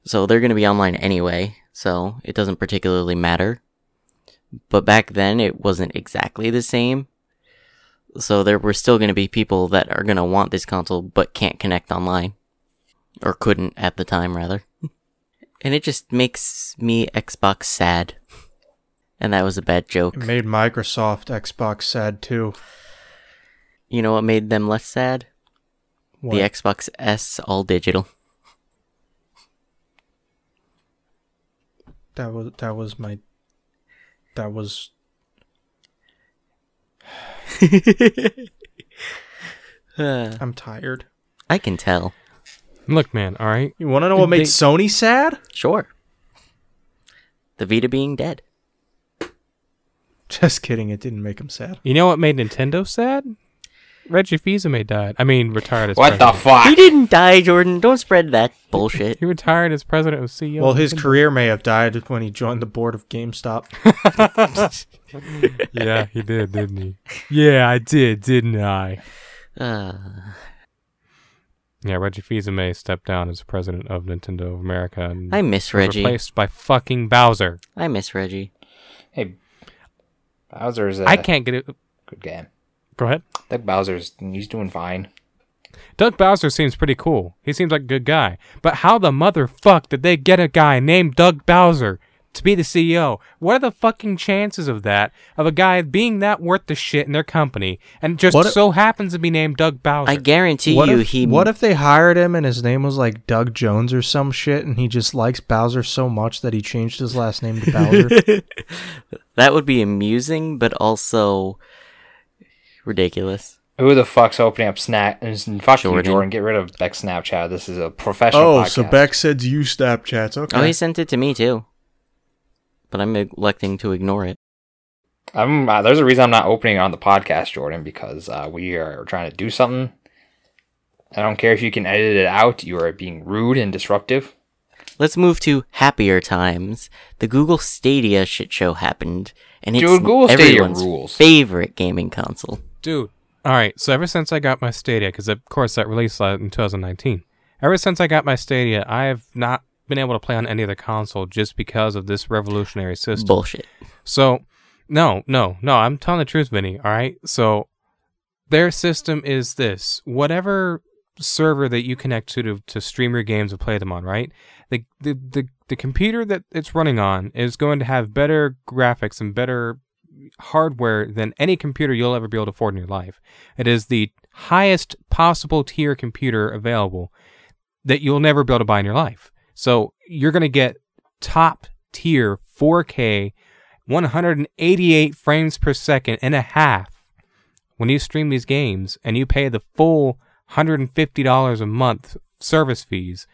[SPEAKER 3] So they're going to be online anyway. So it doesn't particularly matter. But back then, it wasn't exactly the same. So there were still going to be people that are going to want this console but can't connect online. Or couldn't at the time, rather. And it just makes me Xbox sad. And that was a bad joke.
[SPEAKER 2] It made Microsoft Xbox sad too.
[SPEAKER 3] You know what made them less sad?
[SPEAKER 2] What?
[SPEAKER 3] The Xbox S all digital.
[SPEAKER 2] that was that was my that was
[SPEAKER 3] Uh,
[SPEAKER 2] I'm tired.
[SPEAKER 3] I can tell.
[SPEAKER 1] look, man. All right,
[SPEAKER 2] You want to know what made
[SPEAKER 1] They-
[SPEAKER 2] Sony sad?
[SPEAKER 3] Sure. The Vita being dead.
[SPEAKER 2] Just kidding. It didn't make him sad.
[SPEAKER 1] you know what made Nintendo sad? Reggie Fils-Aimé died. I mean, retired as
[SPEAKER 5] What the
[SPEAKER 1] president.
[SPEAKER 5] fuck?
[SPEAKER 2] Ah.
[SPEAKER 3] He didn't die, Jordan. Don't spread that bullshit.
[SPEAKER 1] He retired as president of E CEO.
[SPEAKER 2] Well, his career may have died when he joined the board of GameStop.
[SPEAKER 1] yeah, he did, didn't he? Yeah, I did, didn't I?
[SPEAKER 3] Uh,
[SPEAKER 1] Yeah, Reggie Fils-Aimé stepped down as president of Nintendo of America and
[SPEAKER 3] I miss
[SPEAKER 1] was
[SPEAKER 3] Reggie.
[SPEAKER 1] replaced by fucking Bowser.
[SPEAKER 3] I miss Reggie.
[SPEAKER 5] Hey, Bowser's. Uh,
[SPEAKER 1] I can't get it.
[SPEAKER 5] Good game.
[SPEAKER 1] Go ahead.
[SPEAKER 5] That Bowser's he's doing fine.
[SPEAKER 1] Doug Bowser seems pretty cool. He seems like a good guy. But how the motherfuck did they get a guy named Doug Bowser to be the CEO. What are the fucking chances of that? Of a guy being that worth the shit in their company and just
[SPEAKER 2] What-
[SPEAKER 1] so happens to be named Doug Bowser?
[SPEAKER 3] I guarantee
[SPEAKER 2] What
[SPEAKER 3] you
[SPEAKER 2] if,
[SPEAKER 3] he
[SPEAKER 2] what if they hired him and his name was like Doug Jones or some shit, and he just likes Bowser so much that he changed his last name to Bowser?
[SPEAKER 3] that would be amusing but also ridiculous.
[SPEAKER 5] Who the fuck's opening up Snap? and Fuck
[SPEAKER 3] Jordan.
[SPEAKER 5] you, Jordan. Get rid of Beck's Snapchat. This is a professional
[SPEAKER 2] oh,
[SPEAKER 5] podcast.
[SPEAKER 2] so Beck said you Snapchats. Okay.
[SPEAKER 3] Oh, he sent it to me too. But I'm electing to ignore it.
[SPEAKER 5] I'm, uh, there's a reason I'm not opening it on the podcast, Jordan, because uh, we are trying to do something. I don't care if you can edit it out. You are being rude and disruptive.
[SPEAKER 3] Let's move to happier times. The Google Stadia shit show happened, and it's
[SPEAKER 5] Dude, Google Stadia
[SPEAKER 3] everyone's
[SPEAKER 5] rules.
[SPEAKER 3] favorite gaming console.
[SPEAKER 1] Dude. All right. So ever since I got my Stadia, because of course that released uh, in 2019. Ever since I got my Stadia, I have not been able to play on any other console just because of this revolutionary system.
[SPEAKER 3] Bullshit.
[SPEAKER 1] So, no, no, no. I'm telling the truth, Vinny. All right. So, their system is this: whatever server that you connect to to, to stream your games and play them on, right? The, the the the computer that it's running on is going to have better graphics and better hardware than any computer you'll ever be able to afford in your life. It is the highest possible tier computer available that you'll never be able to buy in your life. So you're going to get top tier 4K 188 frames per second and a half when you stream these games and you pay the full $150 a month service fees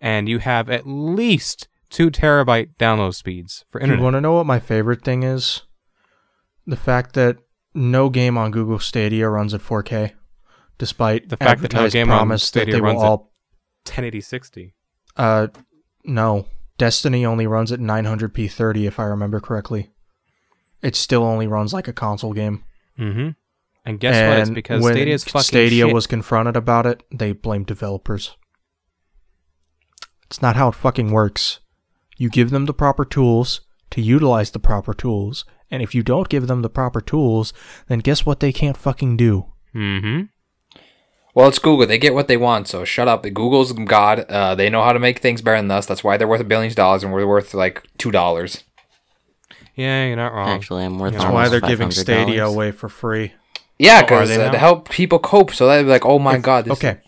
[SPEAKER 1] and you have at least 2 terabyte download speeds for
[SPEAKER 2] You
[SPEAKER 1] internet.
[SPEAKER 2] want to know what my favorite thing is? The fact that no game on Google Stadia runs at 4K, despite
[SPEAKER 1] The fact that no
[SPEAKER 2] advertised
[SPEAKER 1] game on
[SPEAKER 2] promise
[SPEAKER 1] Stadia
[SPEAKER 2] that they
[SPEAKER 1] runs
[SPEAKER 2] will
[SPEAKER 1] at-
[SPEAKER 2] all.
[SPEAKER 1] 1080 60.
[SPEAKER 2] Uh, no, Destiny only runs at 900p30 if I remember correctly. It still only runs like a console game.
[SPEAKER 1] Mm-hmm. And guess what? It's
[SPEAKER 2] And
[SPEAKER 1] because
[SPEAKER 2] when
[SPEAKER 1] Stadia's fucking
[SPEAKER 2] Stadia
[SPEAKER 1] shit.
[SPEAKER 2] was confronted about it, they blamed developers. It's not how it fucking works. You give them the proper tools to utilize the proper tools, and if you don't give them the proper tools, then guess what they can't fucking do?
[SPEAKER 1] Mm-hmm.
[SPEAKER 5] Well, it's Google. They get what they want, so shut up. Google's God. Uh, they know how to make things better than us. That's why they're worth billions of dollars, and we're worth like two dollars.
[SPEAKER 1] Yeah, you're not wrong.
[SPEAKER 3] Actually, I'm worth.
[SPEAKER 1] That's
[SPEAKER 3] almost
[SPEAKER 1] why
[SPEAKER 3] $500.
[SPEAKER 2] away for free.
[SPEAKER 1] Oh,
[SPEAKER 5] Yeah,
[SPEAKER 1] are
[SPEAKER 5] because
[SPEAKER 1] they
[SPEAKER 5] uh,
[SPEAKER 1] now?
[SPEAKER 5] to help people cope. So they're like, oh my God. This
[SPEAKER 2] Okay.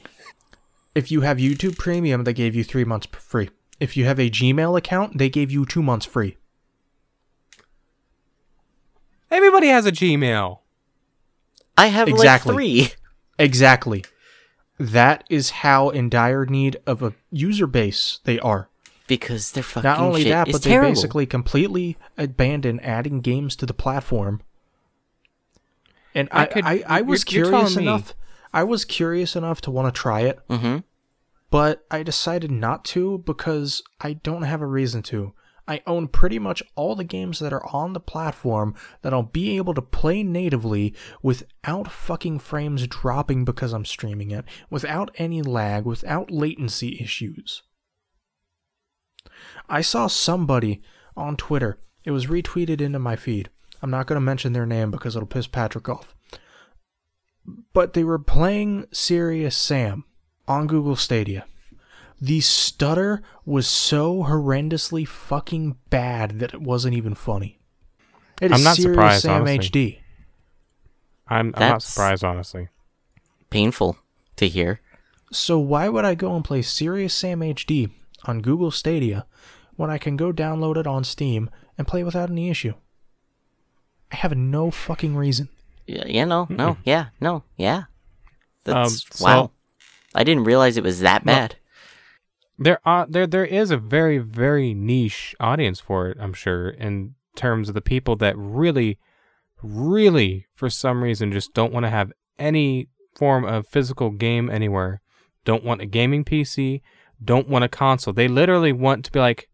[SPEAKER 2] If you have YouTube Premium, they gave you three months p- free. If you have a Gmail account, they gave you two months free.
[SPEAKER 1] Everybody has a Gmail.
[SPEAKER 3] I have
[SPEAKER 2] Exactly.
[SPEAKER 3] like three.
[SPEAKER 2] Exactly. That is how in dire need of a user base they are.
[SPEAKER 3] because they're fucking
[SPEAKER 2] Not only
[SPEAKER 3] shit
[SPEAKER 2] that,
[SPEAKER 3] is
[SPEAKER 2] but
[SPEAKER 3] terrible.
[SPEAKER 2] they basically completely abandon adding games to the platform. And
[SPEAKER 1] I
[SPEAKER 2] I,
[SPEAKER 1] could-
[SPEAKER 2] I, I was
[SPEAKER 1] you're- you're telling
[SPEAKER 2] curious
[SPEAKER 1] me.
[SPEAKER 2] enough. I was curious enough to want to try it,
[SPEAKER 3] hmm
[SPEAKER 2] but I decided not to because I don't have a reason to. I own pretty much all the games that are on the platform that I'll be able to play natively without fucking frames dropping because I'm streaming it, without any lag, without latency issues. I saw somebody on Twitter, it was retweeted into my feed. I'm not going to mention their name because it'll piss Patrick off. But they were playing Serious Sam on Google Stadia. The stutter was so horrendously fucking bad that it wasn't even funny. It is
[SPEAKER 1] I'm not
[SPEAKER 2] Serious
[SPEAKER 1] surprised,
[SPEAKER 2] Sam
[SPEAKER 1] honestly.
[SPEAKER 2] HD.
[SPEAKER 1] I'm, I'm not
[SPEAKER 3] That's-
[SPEAKER 1] surprised, honestly.
[SPEAKER 3] Painful to hear.
[SPEAKER 2] So why would I go and play Serious Sam HD on Google Stadia when I can go download it on Steam and play without any issue? I have no fucking reason.
[SPEAKER 3] Yeah, yeah, no, no, yeah, no, yeah.
[SPEAKER 1] Um,
[SPEAKER 3] That's
[SPEAKER 1] so-
[SPEAKER 3] wow. I didn't realize it was that bad.
[SPEAKER 1] There are there there is a very very niche audience for it, I'm sure, in terms of the people that really, really for some reason just don't want to have any form of physical game anywhere. Don't want a gaming PC. Don't want a console. They literally want to be like,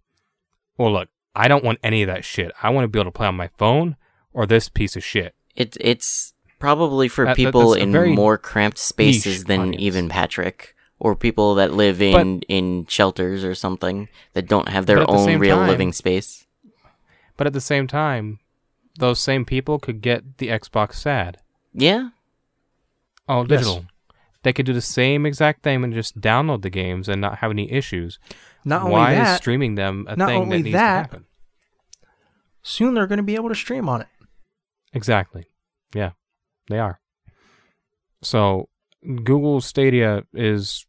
[SPEAKER 1] well, look, I don't want any of that shit. I want to be able to play on my phone or this piece of shit.
[SPEAKER 3] It it's probably for
[SPEAKER 1] uh, That- that-
[SPEAKER 3] people
[SPEAKER 1] that's a
[SPEAKER 3] in
[SPEAKER 1] very
[SPEAKER 3] more cramped spaces
[SPEAKER 1] niche
[SPEAKER 3] than
[SPEAKER 1] audience.
[SPEAKER 3] even Patrick or people that live in in shelters or something that don't have
[SPEAKER 1] But
[SPEAKER 3] their
[SPEAKER 1] at the
[SPEAKER 3] own
[SPEAKER 1] same
[SPEAKER 3] real
[SPEAKER 1] time-
[SPEAKER 3] living space.
[SPEAKER 1] But at the same time, those same people could get the Xbox Sad,
[SPEAKER 3] Yeah,
[SPEAKER 1] all Oh,
[SPEAKER 2] Yes.
[SPEAKER 1] digital. They could do the same exact thing and just download the games and not have any issues.
[SPEAKER 2] Not
[SPEAKER 1] Why
[SPEAKER 2] only
[SPEAKER 1] is
[SPEAKER 2] that,
[SPEAKER 1] streaming them a
[SPEAKER 2] not
[SPEAKER 1] thing
[SPEAKER 2] only
[SPEAKER 1] that needs
[SPEAKER 2] that-
[SPEAKER 1] to happen?
[SPEAKER 2] soon they're going to be able to stream on it.
[SPEAKER 1] Exactly. Yeah, they are. So Google Stadia is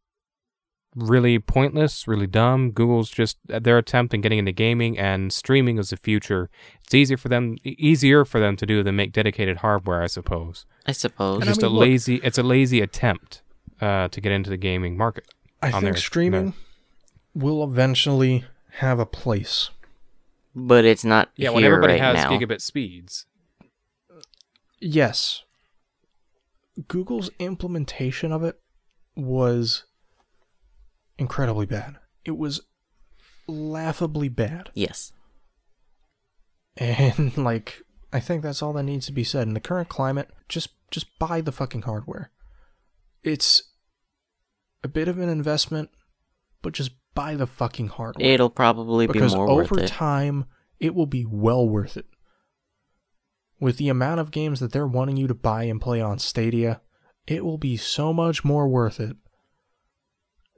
[SPEAKER 1] really pointless, really dumb. Google's just their attempt in getting into gaming and streaming is the future. It's easier for them e-, easier for them to do than make dedicated hardware, I suppose.
[SPEAKER 3] I suppose.
[SPEAKER 1] It's
[SPEAKER 2] I
[SPEAKER 1] just
[SPEAKER 2] mean,
[SPEAKER 1] a
[SPEAKER 2] look-
[SPEAKER 1] lazy it's a lazy attempt uh, to get into the gaming market.
[SPEAKER 2] I
[SPEAKER 1] On
[SPEAKER 2] think
[SPEAKER 1] their-
[SPEAKER 2] streaming will eventually have a place.
[SPEAKER 3] but it's not
[SPEAKER 1] Yeah,
[SPEAKER 3] here
[SPEAKER 1] when everybody
[SPEAKER 3] right
[SPEAKER 1] has
[SPEAKER 3] now.
[SPEAKER 1] gigabit speeds.
[SPEAKER 2] Yes. Google's implementation of it was incredibly bad. It was laughably bad.
[SPEAKER 3] Yes.
[SPEAKER 2] And like I think that's all that needs to be said. In the current climate, just just buy the fucking hardware. It's a bit of an investment, but just buy the fucking hardware.
[SPEAKER 3] It'll probably
[SPEAKER 2] because
[SPEAKER 3] be more
[SPEAKER 2] over
[SPEAKER 3] worth it.
[SPEAKER 2] time it will be well worth it. With the amount of games that they're wanting you to buy and play on Stadia, it will be so much more worth it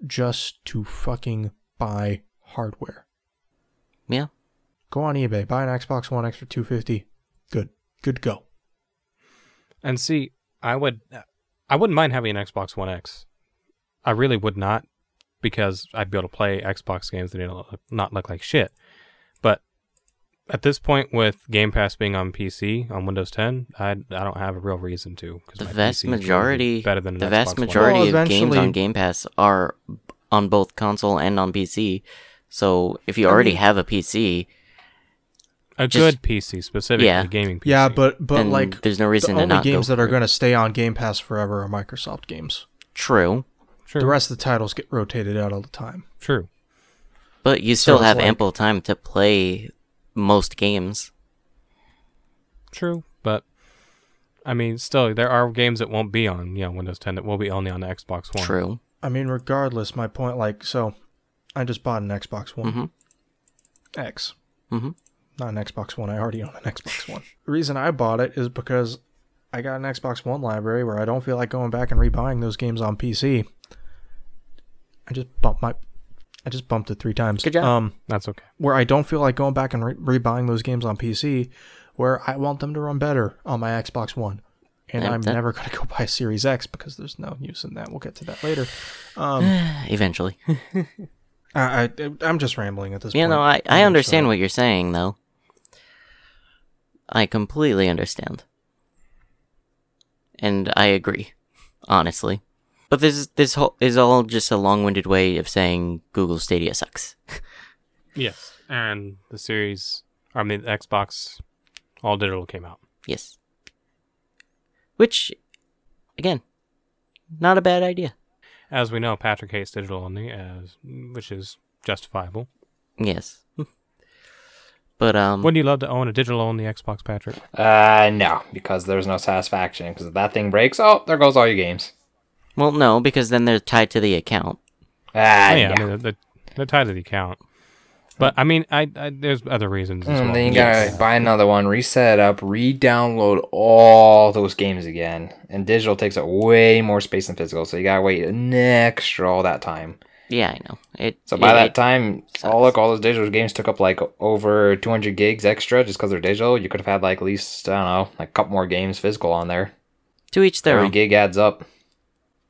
[SPEAKER 2] just to fucking buy hardware.
[SPEAKER 3] yeah.
[SPEAKER 2] Go on eBay, buy an Xbox One X for 250. Good. Good to go.
[SPEAKER 1] And see, I would, I wouldn't mind having an Xbox One X. I really would not, because I'd be able to play Xbox games that didn't look, not look like shit. But at this point, with Game Pass being on PC on Windows 10, I I don't have a real reason to. 'cause
[SPEAKER 3] The
[SPEAKER 1] my PC
[SPEAKER 3] vast
[SPEAKER 1] is really
[SPEAKER 3] majority
[SPEAKER 1] better than an
[SPEAKER 3] the vast
[SPEAKER 1] Xbox One.
[SPEAKER 3] majority
[SPEAKER 2] Well,
[SPEAKER 3] of games
[SPEAKER 2] eventually-
[SPEAKER 3] on Game Pass are b- on both console and on PC. So if you already have a PC,
[SPEAKER 1] a
[SPEAKER 3] just-
[SPEAKER 1] good PC specifically,
[SPEAKER 3] Yeah.
[SPEAKER 1] gaming PC.
[SPEAKER 2] Yeah, but but
[SPEAKER 3] Then
[SPEAKER 2] like
[SPEAKER 3] there's no reason
[SPEAKER 2] the
[SPEAKER 3] to
[SPEAKER 2] only
[SPEAKER 3] not go
[SPEAKER 2] games that
[SPEAKER 3] for
[SPEAKER 2] are
[SPEAKER 3] it.
[SPEAKER 2] going to stay on Game Pass forever are Microsoft games.
[SPEAKER 3] true.
[SPEAKER 1] true,
[SPEAKER 2] The rest of the titles get rotated out all the time.
[SPEAKER 1] true.
[SPEAKER 3] But you
[SPEAKER 2] So
[SPEAKER 3] still
[SPEAKER 2] it's
[SPEAKER 3] have
[SPEAKER 2] like-
[SPEAKER 3] ample time to play most games.
[SPEAKER 1] True, but I mean, still, there are games that won't be on you know Windows 10 that will be only on the Xbox One.
[SPEAKER 3] True.
[SPEAKER 2] I mean, regardless, my point, like, so I just bought an Xbox One
[SPEAKER 3] Mhm.
[SPEAKER 2] X,
[SPEAKER 3] Mhm.
[SPEAKER 2] not an Xbox One. I already own an Xbox One. The reason I bought it is because I got an Xbox One library where I don't feel like going back and rebuying those games on PC. I just bumped my, I just bumped it three times.
[SPEAKER 3] Good job.
[SPEAKER 2] Um,
[SPEAKER 1] That's okay.
[SPEAKER 2] where I don't feel like going back and re- rebuying those games on PC, where I want them to run better on my Xbox One. And
[SPEAKER 3] Yeah,
[SPEAKER 2] I'm
[SPEAKER 3] that-
[SPEAKER 2] never going to go buy a Series X because there's no use in that. We'll get to that later. Um,
[SPEAKER 3] Eventually.
[SPEAKER 2] I, I I'm just rambling at this
[SPEAKER 3] Yeah,
[SPEAKER 2] point.
[SPEAKER 3] no, I, I
[SPEAKER 2] I'm
[SPEAKER 3] understand
[SPEAKER 2] sorry.
[SPEAKER 3] what you're saying, though. I completely understand. And I agree, honestly. But this is this whole is all just a long-winded way of saying Google Stadia sucks.
[SPEAKER 1] Yes, and the series, I mean, the Xbox All Digital came out.
[SPEAKER 3] Yes. Which, again, not a bad idea.
[SPEAKER 1] As we know, Patrick hates digital only, as which is justifiable.
[SPEAKER 3] Yes. but um,
[SPEAKER 1] Wouldn't you love to own a digital only Xbox, Patrick?
[SPEAKER 5] Uh, no, because there's no satisfaction. Because if that thing breaks, oh, there goes all your games.
[SPEAKER 3] well, no, because then they're tied to the account.
[SPEAKER 5] Ah,
[SPEAKER 1] Oh,
[SPEAKER 5] yeah.
[SPEAKER 1] yeah, I mean, the, the, the title of the account. But I mean, I, I there's other reasons. As
[SPEAKER 5] Mm,
[SPEAKER 1] well.
[SPEAKER 5] then you gotta buy another one, reset it up, re-download all those games again. And digital takes up way more space than physical, so you gotta wait an extra all that time.
[SPEAKER 3] Yeah, I know. It
[SPEAKER 5] So by
[SPEAKER 3] it-
[SPEAKER 5] that time,
[SPEAKER 3] sucks.
[SPEAKER 5] all look, all those digital games took up like over 200 gigs extra just because they're digital. You could have had like at least I don't know, like a couple more games physical on there.
[SPEAKER 3] to each their
[SPEAKER 5] Every
[SPEAKER 3] own.
[SPEAKER 5] gig adds up.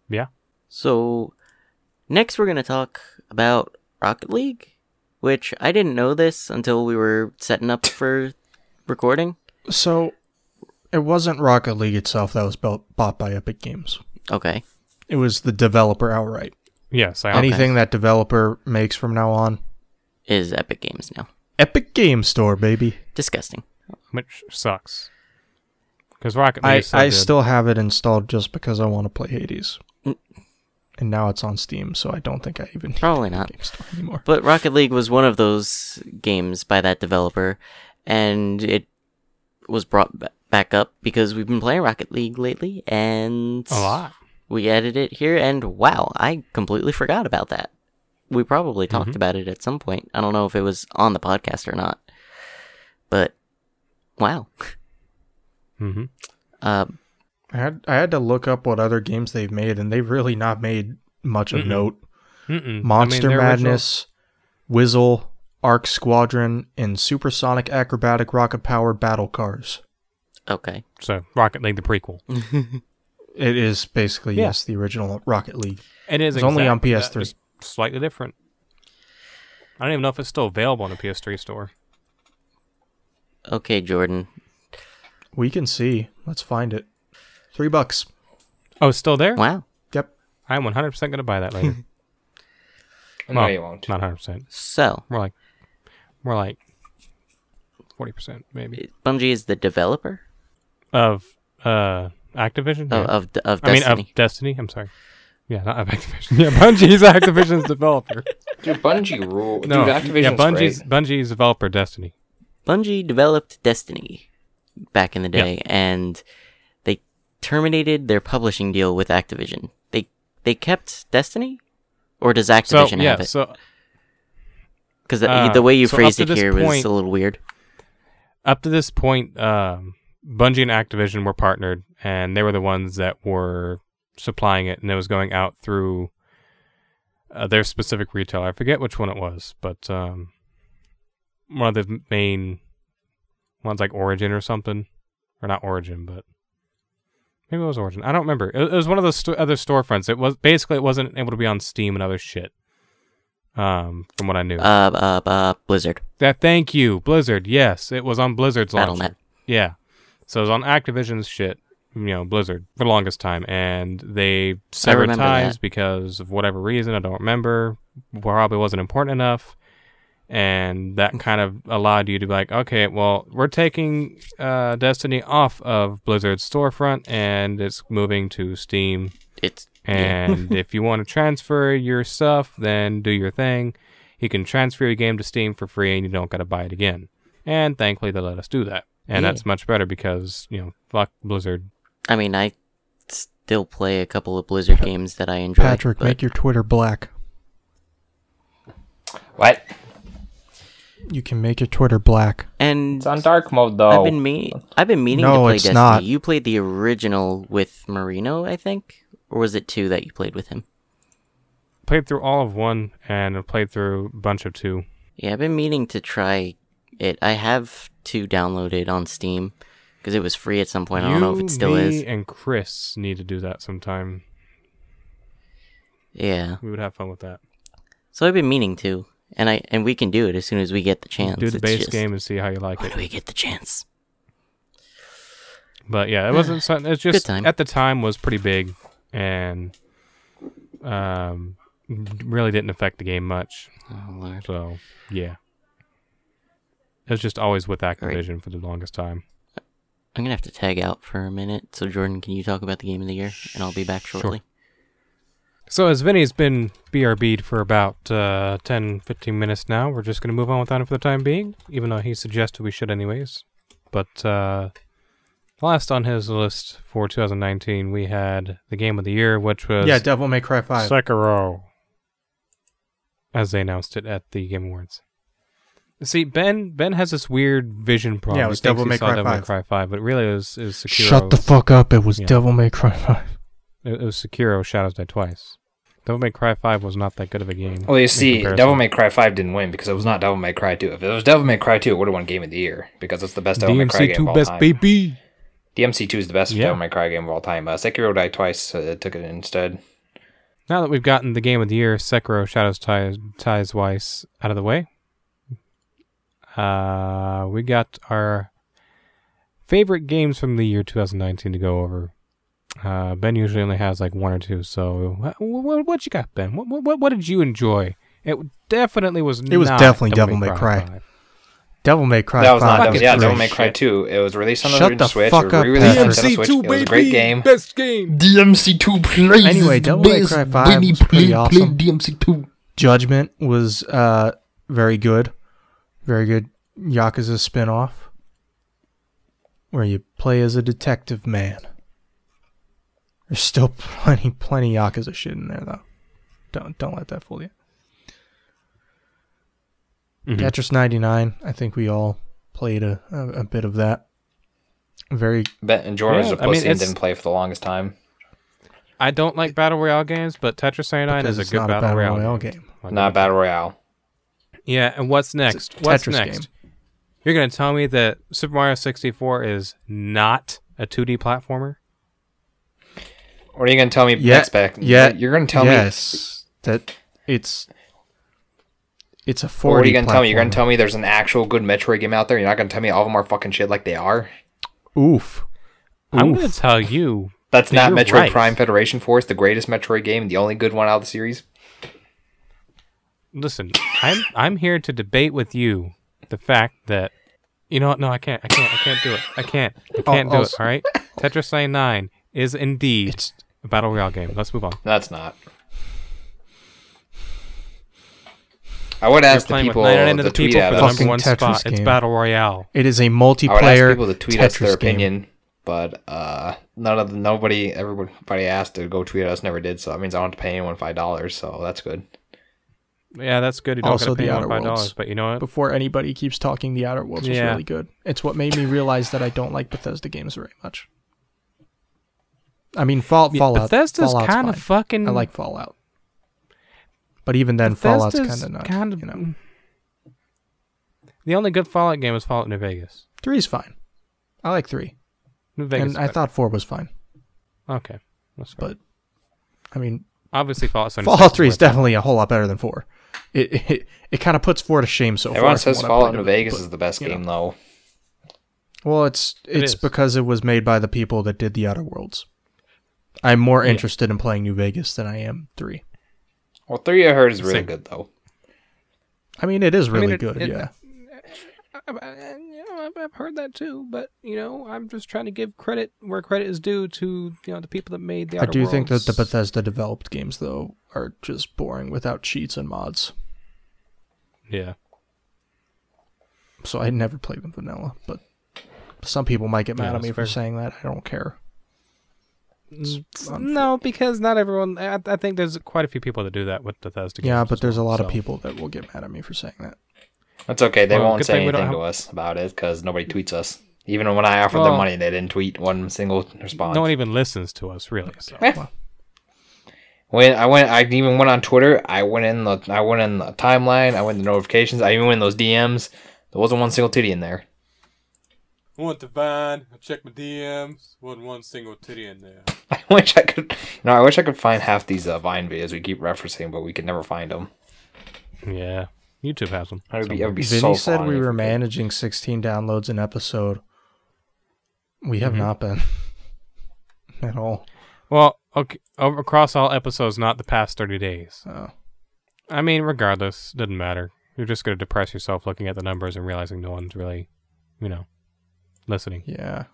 [SPEAKER 1] yeah,
[SPEAKER 3] So, next we're going to talk about Rocket League, which I didn't know this until we were setting up for recording.
[SPEAKER 2] So it wasn't Rocket League itself that was built, bought by Epic Games.
[SPEAKER 3] Okay.
[SPEAKER 2] It was the developer outright.
[SPEAKER 1] yes, I
[SPEAKER 2] Anything that developer makes from now on,
[SPEAKER 3] Is Epic Games now.
[SPEAKER 2] Epic Game Store, baby.
[SPEAKER 3] Disgusting.
[SPEAKER 1] which sucks. Because Rocket League,
[SPEAKER 2] I,
[SPEAKER 1] is so
[SPEAKER 2] I
[SPEAKER 1] good.
[SPEAKER 2] still have it installed just because I want to play Hades.
[SPEAKER 3] Mm.
[SPEAKER 2] And now it's on Steam, so I don't think I even need
[SPEAKER 3] Probably not.
[SPEAKER 2] Game Store anymore.
[SPEAKER 3] But Rocket League was one of those games by that developer, and it was brought ba- back up because we've been playing Rocket League lately, and
[SPEAKER 1] a lot.
[SPEAKER 3] we added it here, and wow, I completely forgot about that. We probably
[SPEAKER 1] Mm-hmm.
[SPEAKER 3] talked about it at some point. I don't know if it was on the podcast or not, but wow.
[SPEAKER 1] hmm
[SPEAKER 3] Uh,
[SPEAKER 2] I had I had to look up what other games they've made, and they've really not made much of
[SPEAKER 1] Mm-mm.
[SPEAKER 2] note.
[SPEAKER 1] Mm-mm. I mean, their
[SPEAKER 2] Monster
[SPEAKER 1] original-
[SPEAKER 2] Madness, Whizzle, Arc Squadron, and supersonic acrobatic rocket powered battle cars.
[SPEAKER 3] Okay.
[SPEAKER 1] So Rocket League, the prequel.
[SPEAKER 2] It is basically,
[SPEAKER 1] Yeah.
[SPEAKER 2] yes, the original Rocket League.
[SPEAKER 1] It is
[SPEAKER 2] It's only
[SPEAKER 1] exact-
[SPEAKER 2] on PS3.
[SPEAKER 1] it's slightly different. I don't even know if it's still available on the PS3 store.
[SPEAKER 3] okay, Jordan.
[SPEAKER 2] We can see. Let's find it. Three bucks.
[SPEAKER 1] Oh, it's still there.
[SPEAKER 3] Wow.
[SPEAKER 2] Yep.
[SPEAKER 1] I'm 100 percent gonna buy that later.
[SPEAKER 5] No,
[SPEAKER 1] Well,
[SPEAKER 5] you won't.
[SPEAKER 1] Not 100 percent.
[SPEAKER 3] So,
[SPEAKER 1] More like, more like 40 percent maybe
[SPEAKER 3] Bungie is the developer
[SPEAKER 1] of uh Activision.
[SPEAKER 3] of
[SPEAKER 1] Yeah.
[SPEAKER 3] of, of
[SPEAKER 1] I mean
[SPEAKER 3] Destiny.
[SPEAKER 1] of Destiny. I'm sorry. Yeah, not of Activision. Yeah, Bungie's Activision's developer.
[SPEAKER 5] Dude, Bungie rule.
[SPEAKER 1] No,
[SPEAKER 5] Dude, Activision's
[SPEAKER 1] yeah, Bungie's
[SPEAKER 5] great.
[SPEAKER 1] Bungie's developer Destiny.
[SPEAKER 3] Bungie developed Destiny back in the
[SPEAKER 1] Yeah.
[SPEAKER 3] day, and they terminated their publishing deal with Activision. They they kept Destiny, or does
[SPEAKER 1] So
[SPEAKER 3] Activision
[SPEAKER 1] yeah,
[SPEAKER 3] have it?
[SPEAKER 1] so
[SPEAKER 3] Because the,
[SPEAKER 1] uh,
[SPEAKER 3] the way you
[SPEAKER 1] so up
[SPEAKER 3] phrased
[SPEAKER 1] to
[SPEAKER 3] it
[SPEAKER 1] this
[SPEAKER 3] here was
[SPEAKER 1] point-
[SPEAKER 3] a little weird.
[SPEAKER 1] up to this point, um, Bungie and Activision were partnered, and they were the ones that were supplying it, and it was going out through uh, their specific retailer. I forget which one it was, but um, one of the main ones, like Origin or something, or not Origin, but maybe it was Origin. I don't remember. It, it was one of those sto- other storefronts. It was basically it wasn't able to be on Steam and other shit. Um, from what I knew.
[SPEAKER 3] Uh, uh, uh, Blizzard,
[SPEAKER 1] That thank you, Blizzard. Yes, it was on Blizzard's launcher.
[SPEAKER 3] BattleNet.
[SPEAKER 1] Yeah, so it was on Activision's shit. You know, Blizzard for the longest time, and they severed
[SPEAKER 3] remember
[SPEAKER 1] ties
[SPEAKER 3] that.
[SPEAKER 1] because of whatever reason I don't remember. Probably wasn't important enough, and that kind of allowed you to be like, okay, well, we're taking uh, Destiny off of Blizzard's storefront, and it's moving to Steam
[SPEAKER 3] It's
[SPEAKER 1] and if you want to transfer your stuff, then do your thing. You can transfer your game to Steam for free and you don't got to buy it again. And thankfully, they let us do that. And
[SPEAKER 3] Yeah.
[SPEAKER 1] that's much better because, you know, fuck Blizzard.
[SPEAKER 3] I mean, I still play a couple of Blizzard games that I enjoy.
[SPEAKER 2] Patrick,
[SPEAKER 3] but
[SPEAKER 2] make your Twitter black.
[SPEAKER 5] What?
[SPEAKER 2] You can make your Twitter black.
[SPEAKER 3] and
[SPEAKER 5] It's on dark mode
[SPEAKER 1] Oh.
[SPEAKER 5] though.
[SPEAKER 3] I've been me. I've been meaning to
[SPEAKER 2] No,
[SPEAKER 3] play
[SPEAKER 2] it's
[SPEAKER 3] Destiny.
[SPEAKER 2] not.
[SPEAKER 3] You played the original with Marino, I think, or was it two that you played with him?
[SPEAKER 1] Played through all of one and I played through a bunch of two.
[SPEAKER 3] Yeah, I've been meaning to try it. I have two downloaded on Steam because it was free at some point. I don't know if
[SPEAKER 1] You,
[SPEAKER 3] it still
[SPEAKER 1] me,
[SPEAKER 3] is.
[SPEAKER 1] and Chris need to do that sometime.
[SPEAKER 3] Yeah.
[SPEAKER 1] We would have fun with that.
[SPEAKER 3] So I've been meaning to, and I and we can do it as soon as we get the chance.
[SPEAKER 1] do the
[SPEAKER 3] It's
[SPEAKER 1] base
[SPEAKER 3] just,
[SPEAKER 1] game and see how you like
[SPEAKER 3] When
[SPEAKER 1] it.
[SPEAKER 3] do we get the chance?
[SPEAKER 1] But yeah, it wasn't something. It's just
[SPEAKER 3] time.
[SPEAKER 1] at the time was pretty big and um really didn't affect the game much.
[SPEAKER 3] Oh lord.
[SPEAKER 1] So yeah, it was just always with
[SPEAKER 3] right.
[SPEAKER 1] Activision for the longest time.
[SPEAKER 3] I'm gonna have to tag out for a minute. So Jordan, can you talk about the game of the year, and I'll be back shortly.
[SPEAKER 1] So as Vinny's been BRB'd for about uh, 10, 15 minutes now, we're just gonna move on without him for the time being, even though he suggested we should anyways. But uh, last on his list for 2019, we had the game of the year, which was
[SPEAKER 2] Yeah, Devil May Cry 5.
[SPEAKER 1] Sekiro, as they announced it at the Game Awards. See, Ben Ben has this weird vision problem.
[SPEAKER 2] Yeah, it
[SPEAKER 1] He
[SPEAKER 2] was
[SPEAKER 1] thinks
[SPEAKER 2] Devil
[SPEAKER 1] he
[SPEAKER 2] May
[SPEAKER 1] saw
[SPEAKER 2] Cry
[SPEAKER 1] Devil May
[SPEAKER 2] 5.
[SPEAKER 1] Cry Five, but it really it was it was Sekiro.
[SPEAKER 2] Shut the fuck up. It was
[SPEAKER 1] Yeah.
[SPEAKER 2] Devil May Cry 5.
[SPEAKER 1] it, it was Sekiro Shadows Die Twice. Devil May Cry Five was not that good of a game.
[SPEAKER 5] Well, you
[SPEAKER 1] in
[SPEAKER 5] see,
[SPEAKER 1] comparison.
[SPEAKER 5] Devil May Cry 5 didn't win because it was not Devil May Cry 2. If it was Devil May Cry 2, it would have won Game of the Year because it's the best Devil May Cry
[SPEAKER 1] DMC
[SPEAKER 5] game
[SPEAKER 1] Two
[SPEAKER 5] of all
[SPEAKER 1] best
[SPEAKER 5] time.
[SPEAKER 1] baby.
[SPEAKER 5] DMC 2 is the best
[SPEAKER 1] Yeah.
[SPEAKER 5] Devil May Cry game of all time. Uh, Sekiro died twice, uh, it took it instead.
[SPEAKER 1] Now that we've gotten the game of the year, Sekiro Shadows Ties Ties Weiss out of the way, uh, we got our favorite games from the year 2019 to go over. Uh, ben usually only has like one or two, so what, what, what you got, Ben? What, what, what did you enjoy? It definitely was.
[SPEAKER 2] It was
[SPEAKER 1] not
[SPEAKER 2] definitely Devil May Cry.
[SPEAKER 1] 5.
[SPEAKER 2] Devil May Cry
[SPEAKER 5] that was
[SPEAKER 2] 5.
[SPEAKER 5] not Devil,
[SPEAKER 1] fucking
[SPEAKER 5] yeah,
[SPEAKER 1] great
[SPEAKER 5] Devil May
[SPEAKER 1] shit.
[SPEAKER 5] Cry 2. It was released on the
[SPEAKER 2] Shut
[SPEAKER 5] Nintendo
[SPEAKER 2] the
[SPEAKER 5] Switch.
[SPEAKER 2] fuck
[SPEAKER 5] It
[SPEAKER 2] up,
[SPEAKER 5] was released on the
[SPEAKER 2] Patrick.
[SPEAKER 5] Nintendo Switch. It was a great game.
[SPEAKER 1] best game.
[SPEAKER 6] DMC2 plays
[SPEAKER 2] Anyway,
[SPEAKER 6] the
[SPEAKER 2] Devil May
[SPEAKER 6] best.
[SPEAKER 2] Cry 5
[SPEAKER 6] Benny,
[SPEAKER 2] was pretty
[SPEAKER 6] play,
[SPEAKER 2] awesome.
[SPEAKER 6] play DMC2.
[SPEAKER 2] Judgment was uh, very good. Very good Yakuza spinoff where you play as a detective man. There's still plenty, plenty Yakuza shit in there, though. Don't don't let that fool you.
[SPEAKER 1] Mhm.
[SPEAKER 2] Tetris 99, I think we all played a, a, a bit of that. Very
[SPEAKER 5] Ben and Jordan was
[SPEAKER 1] Yeah,
[SPEAKER 5] a
[SPEAKER 1] I mean,
[SPEAKER 5] pussy and
[SPEAKER 1] it's-
[SPEAKER 5] didn't play for the longest time.
[SPEAKER 1] I don't like battle royale games, but Tetris 99
[SPEAKER 2] because
[SPEAKER 1] is a
[SPEAKER 2] it's
[SPEAKER 1] good
[SPEAKER 2] not a
[SPEAKER 1] battle royale.
[SPEAKER 2] game.
[SPEAKER 1] Like,
[SPEAKER 5] Not Battle Royale.
[SPEAKER 1] Yeah, and what's next? what's
[SPEAKER 2] Tetris
[SPEAKER 1] next?
[SPEAKER 2] game.
[SPEAKER 1] You're gonna tell me that Super Mario 64 is not a 2D platformer?
[SPEAKER 5] What are you going to tell me
[SPEAKER 2] Yeah,
[SPEAKER 5] next, back?
[SPEAKER 2] yeah,
[SPEAKER 5] You're going to tell me.
[SPEAKER 2] yes, that it's it's a 40
[SPEAKER 5] What are you going to tell me? You're going
[SPEAKER 2] platformer.
[SPEAKER 5] to tell me there's an actual good Metroid game out there? You're not going to tell me all of them are fucking shit like they are?
[SPEAKER 2] Oof.
[SPEAKER 1] I'm
[SPEAKER 2] Oof.
[SPEAKER 1] gonna tell you.
[SPEAKER 5] That's
[SPEAKER 1] Yeah,
[SPEAKER 5] not
[SPEAKER 1] you're
[SPEAKER 5] Metroid
[SPEAKER 1] right.
[SPEAKER 5] Prime Federation Force, the greatest Metroid game, the only good one out of the series.
[SPEAKER 1] Listen, I'm I'm here to debate with you the fact that you know what? No, I can't. I can't. I can't do it. I can't. I can't do it.
[SPEAKER 2] also-
[SPEAKER 1] All right. Tetris 99 is indeed
[SPEAKER 2] It's
[SPEAKER 1] a battle royale game. Let's move on.
[SPEAKER 5] That's not. I would ask the
[SPEAKER 1] playing with
[SPEAKER 5] people,
[SPEAKER 1] 99
[SPEAKER 5] the,
[SPEAKER 1] of the
[SPEAKER 5] tweet
[SPEAKER 1] people
[SPEAKER 5] at
[SPEAKER 1] for the
[SPEAKER 5] us.
[SPEAKER 1] number
[SPEAKER 2] Fucking
[SPEAKER 1] one spot.
[SPEAKER 2] Tetris
[SPEAKER 1] It's
[SPEAKER 2] game.
[SPEAKER 1] battle royale.
[SPEAKER 2] it is a
[SPEAKER 5] I would ask
[SPEAKER 2] multiplayer
[SPEAKER 5] people to tweet
[SPEAKER 2] Tetris
[SPEAKER 5] us their
[SPEAKER 2] game.
[SPEAKER 5] opinion, but uh, none of the, nobody, everybody asked to go tweet at us, never did. So that means I don't have to pay anyone five dollars. So that's good.
[SPEAKER 1] Yeah, that's good. You don't
[SPEAKER 2] Also,
[SPEAKER 1] gotta pay
[SPEAKER 2] The
[SPEAKER 1] more
[SPEAKER 2] Outer
[SPEAKER 1] five dollars,
[SPEAKER 2] Worlds.
[SPEAKER 1] but you know what?
[SPEAKER 2] Before anybody keeps talking, The Outer Worlds
[SPEAKER 1] Yeah.
[SPEAKER 2] was really good. It's what made me realize that I don't like Bethesda games very much. I mean, Fall,
[SPEAKER 1] Yeah,
[SPEAKER 2] Fallout.
[SPEAKER 1] Bethesda's
[SPEAKER 2] Fallout's
[SPEAKER 1] kind of
[SPEAKER 2] fine.
[SPEAKER 1] fucking.
[SPEAKER 2] I like Fallout, but even then, Fallout's
[SPEAKER 1] Bethesda's
[SPEAKER 2] kind of not.
[SPEAKER 1] kinda-
[SPEAKER 2] you know,
[SPEAKER 1] The only good Fallout game is Fallout New Vegas.
[SPEAKER 2] three's fine. I like three,
[SPEAKER 1] New Vegas.
[SPEAKER 2] and
[SPEAKER 1] is
[SPEAKER 2] I
[SPEAKER 1] better.
[SPEAKER 2] thought four was fine.
[SPEAKER 1] Okay. That's fair.
[SPEAKER 2] But I mean,
[SPEAKER 1] obviously Fallout 76
[SPEAKER 2] Fallout Three
[SPEAKER 1] is
[SPEAKER 2] is definitely a whole lot better than four. It it, it kind of puts four to shame so far.
[SPEAKER 5] Everyone
[SPEAKER 2] from
[SPEAKER 5] says
[SPEAKER 2] what I've
[SPEAKER 5] Fallout
[SPEAKER 2] played
[SPEAKER 5] New
[SPEAKER 2] of it,
[SPEAKER 5] Vegas
[SPEAKER 2] but-
[SPEAKER 5] is the best
[SPEAKER 2] you know.
[SPEAKER 5] game, though.
[SPEAKER 2] Well, it's
[SPEAKER 1] It
[SPEAKER 2] it's
[SPEAKER 1] is.
[SPEAKER 2] because it was made by the people that did the Outer Worlds. I'm more interested in playing New Vegas than I am three.
[SPEAKER 5] Well, three I heard is really
[SPEAKER 1] Same.
[SPEAKER 5] good, though.
[SPEAKER 2] I mean, it is really
[SPEAKER 1] it-
[SPEAKER 2] good.
[SPEAKER 1] it-
[SPEAKER 2] yeah,
[SPEAKER 1] I've, Uh, I've heard that too, but you know, I'm just trying to give credit where credit is due to you know the people that made the.
[SPEAKER 2] I do think that the Bethesda developed games though are just boring without cheats and mods.
[SPEAKER 1] yeah,
[SPEAKER 2] So I never play them vanilla. But some people might get mad
[SPEAKER 1] Yeah,
[SPEAKER 2] at me
[SPEAKER 1] that's
[SPEAKER 2] for
[SPEAKER 1] fair.
[SPEAKER 2] saying that. I don't care.
[SPEAKER 1] no, because not everyone. I, I think there's quite a few people that do that with Bethesda.
[SPEAKER 2] Yeah,
[SPEAKER 1] games
[SPEAKER 2] but
[SPEAKER 1] as
[SPEAKER 2] there's a
[SPEAKER 1] well,
[SPEAKER 2] lot of
[SPEAKER 1] so.
[SPEAKER 2] people that will get mad at me for saying that.
[SPEAKER 5] That's okay. They
[SPEAKER 1] Well,
[SPEAKER 5] won't
[SPEAKER 1] good
[SPEAKER 5] say
[SPEAKER 1] thing we don't
[SPEAKER 5] anything to us about it because nobody tweets us. Even when I offered them
[SPEAKER 1] Well-
[SPEAKER 5] money, they didn't tweet one single response.
[SPEAKER 1] No one e- even listens to us, really. So.
[SPEAKER 5] When I went, I even went on Twitter. I went in the, I went in the timeline. I went in the notifications. I even went in those DMs. There wasn't one single titty in there.
[SPEAKER 1] I want to Vine. I check my DMs. Wasn't one single titty in there.
[SPEAKER 5] I wish I could. No, I wish I could find half these uh, Vine videos we keep referencing, but we can never find them.
[SPEAKER 1] Yeah, YouTube has them.
[SPEAKER 5] I would be, I would be
[SPEAKER 2] Vinny
[SPEAKER 5] so
[SPEAKER 2] said
[SPEAKER 5] fun
[SPEAKER 2] we
[SPEAKER 5] if
[SPEAKER 2] were
[SPEAKER 5] could.
[SPEAKER 2] managing 16 downloads an episode. We
[SPEAKER 1] Mm-hmm.
[SPEAKER 2] have not been at all.
[SPEAKER 1] Well, okay, over- across all episodes, not the past thirty days.
[SPEAKER 2] Oh.
[SPEAKER 1] I mean, regardless, doesn't matter. You're just going to depress yourself looking at the numbers and realizing no one's really, you know, listening.
[SPEAKER 2] Yeah.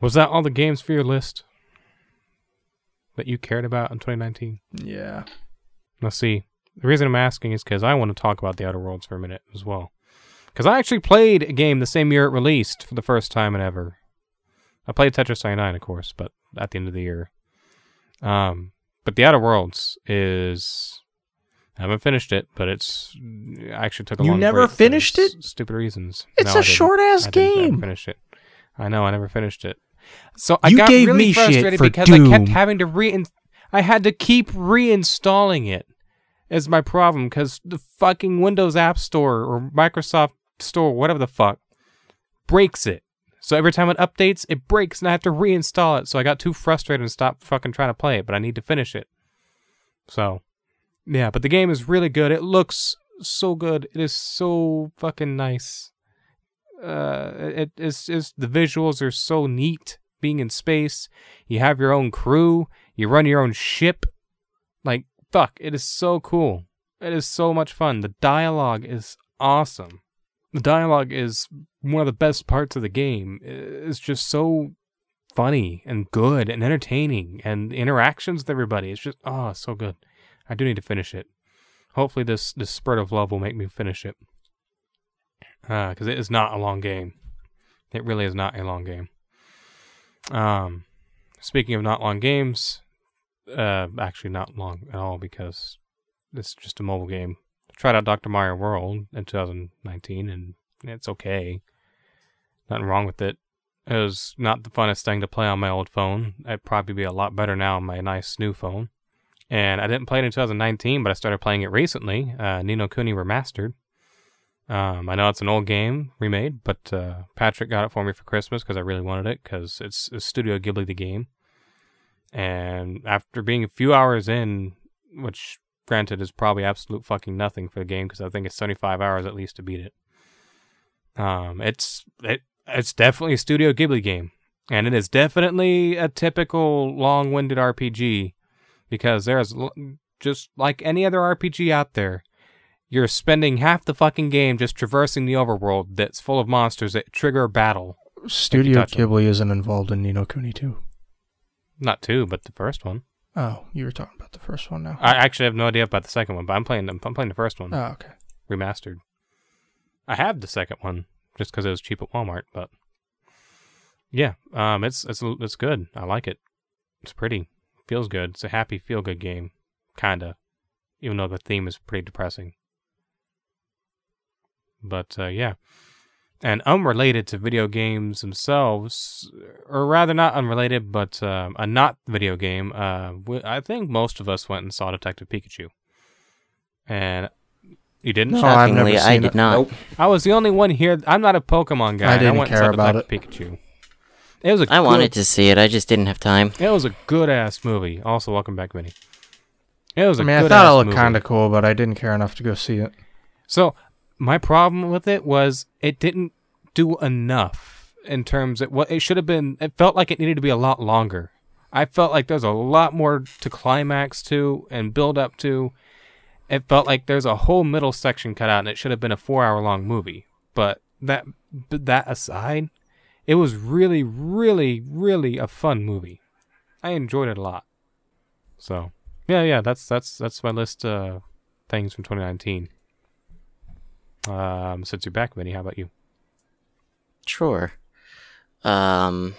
[SPEAKER 1] Was that all the games for your list that you cared about in 2019?
[SPEAKER 2] Yeah.
[SPEAKER 1] Let's see. The reason I'm asking is because I want to talk about The Outer Worlds for a minute as well. Because I actually played a game the same year it released for the first time in ever. I played Tetris 99, of course, but at the end of the year. Um, but The Outer Worlds is. I haven't finished it, but it's. I actually took a
[SPEAKER 2] You
[SPEAKER 1] long
[SPEAKER 2] never
[SPEAKER 1] break for
[SPEAKER 2] finished
[SPEAKER 1] s- Stupid reasons.
[SPEAKER 2] It's
[SPEAKER 1] No, I
[SPEAKER 2] a
[SPEAKER 1] didn't.
[SPEAKER 2] short ass
[SPEAKER 1] I didn't ever
[SPEAKER 2] game.
[SPEAKER 1] finish it. I know I never finished it. So I
[SPEAKER 2] You
[SPEAKER 1] got
[SPEAKER 2] gave
[SPEAKER 1] really
[SPEAKER 2] me shit
[SPEAKER 1] frustrated
[SPEAKER 2] for
[SPEAKER 1] because I kept
[SPEAKER 2] Doom.
[SPEAKER 1] having to re I had to keep reinstalling it. Is my problem because the fucking Windows App Store or Microsoft Store, whatever the fuck, breaks it. So every time it updates, it breaks, and I have to reinstall it. So I got too frustrated and stopped fucking trying to play it. But I need to finish it. So, yeah. But the game is really good. It looks so good. It is so fucking nice uh, it is is the visuals are so neat. Being in space, you have your own crew, you run your own ship. Like fuck, it is so cool. It is so much fun. The dialogue is awesome. The dialogue is one of the best parts of the game. I- It's just so funny and good and entertaining, and the interactions with everybody. It's just oh, so good. I do need to finish it. Hopefully, this this spurt of love will make me finish it because Uh, it is not a long game. It really is not a long game. Um, speaking of not long games, uh, actually not long at all because it's just a mobile game. I tried out Dr. Mario World in 2019 and it's okay. Nothing wrong with it. It was not the funnest thing to play on my old phone. It'd probably be a lot better now on my nice new phone. And I didn't play it in 2019, but I started playing it recently. Uh, Nino Kuni Remastered Um, I know it's an old game remade, but uh, Patrick got it for me for Christmas because I really wanted it because it's, it's Studio Ghibli the game. And after being a few hours in, which granted is probably absolute fucking nothing for the game because I think it's 75 hours at least to beat it. Um, it's it it's definitely a Studio Ghibli game, and it is definitely a typical long-winded RPG because there's l- just like any other RPG out there. You're spending half the fucking game just traversing the overworld that's full of monsters that trigger battle.
[SPEAKER 2] Studio
[SPEAKER 1] touch 'em.
[SPEAKER 2] Ghibli isn't involved in Nino Kuni 2.
[SPEAKER 1] Not two, but the first one.
[SPEAKER 2] Oh, you were talking about the first one now.
[SPEAKER 1] I actually have no idea about the second one, but I'm playing. I'm playing the first one.
[SPEAKER 2] oh, okay.
[SPEAKER 1] remastered. I have the second one just because it was cheap at Walmart, but yeah, um, it's it's it's good. I like it. It's pretty, feels good. It's a happy, feel good game, kinda. Even though the theme is pretty depressing. But uh, yeah, and unrelated to video games themselves, or rather not unrelated, but um a not video game. Uh, w- I think most of us went and saw Detective Pikachu, and you didn't.
[SPEAKER 2] No, I've never
[SPEAKER 3] Shockingly, I
[SPEAKER 2] seen
[SPEAKER 3] did
[SPEAKER 2] it.
[SPEAKER 3] not.
[SPEAKER 5] Nope.
[SPEAKER 1] I was the only one here. I'm not a Pokemon guy.
[SPEAKER 2] I
[SPEAKER 1] and
[SPEAKER 2] didn't
[SPEAKER 1] went
[SPEAKER 2] care
[SPEAKER 1] and saw
[SPEAKER 2] about
[SPEAKER 1] Detective Pikachu. It was a
[SPEAKER 3] I
[SPEAKER 1] good,
[SPEAKER 3] wanted to see it. I just didn't have time.
[SPEAKER 1] It was a good ass movie. Also, welcome back, Vinny. It was a
[SPEAKER 2] I mean, I
[SPEAKER 1] good
[SPEAKER 2] thought
[SPEAKER 1] ass
[SPEAKER 2] it looked
[SPEAKER 1] movie.
[SPEAKER 2] kind of cool, but I didn't care enough to go see it.
[SPEAKER 1] So my problem with it was it didn't do enough in terms of what it should have been. It felt like it needed to be a lot longer. I felt like there's a lot more to climax to and build up to. It felt like there's a whole middle section cut out, and it should have been a four-hour-long movie. But that, but that aside, it was really, really, really a fun movie. I enjoyed it a lot. So, yeah, yeah, that's that's that's my list of things from 2019. Um, since you're back, Vinny, how about you?
[SPEAKER 3] Sure. Um,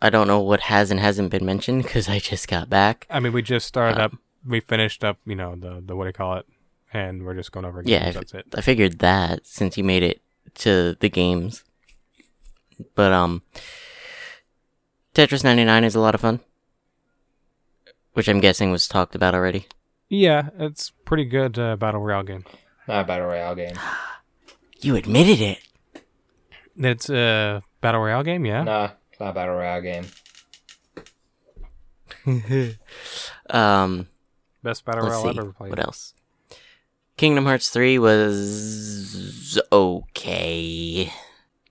[SPEAKER 3] I don't know what has and hasn't been mentioned because I just got back.
[SPEAKER 1] I mean, we just started
[SPEAKER 3] Uh,
[SPEAKER 1] up, we finished up, you know, the the what do you call it, and we're just going over again.
[SPEAKER 3] Yeah, I-
[SPEAKER 1] that's it.
[SPEAKER 3] I figured that since you made it to the games. But um Tetris 99 is a lot of fun, which I'm guessing was talked about already.
[SPEAKER 1] Yeah, it's pretty good uh, battle royale game.
[SPEAKER 5] Not a battle royale game.
[SPEAKER 3] You admitted it.
[SPEAKER 1] It's a battle royale game, yeah.
[SPEAKER 5] Nah, it's not a battle royale game.
[SPEAKER 3] Um
[SPEAKER 1] Best battle
[SPEAKER 3] let's
[SPEAKER 1] royale
[SPEAKER 3] see.
[SPEAKER 1] I've ever played.
[SPEAKER 3] What else? Kingdom Hearts 3 was okay.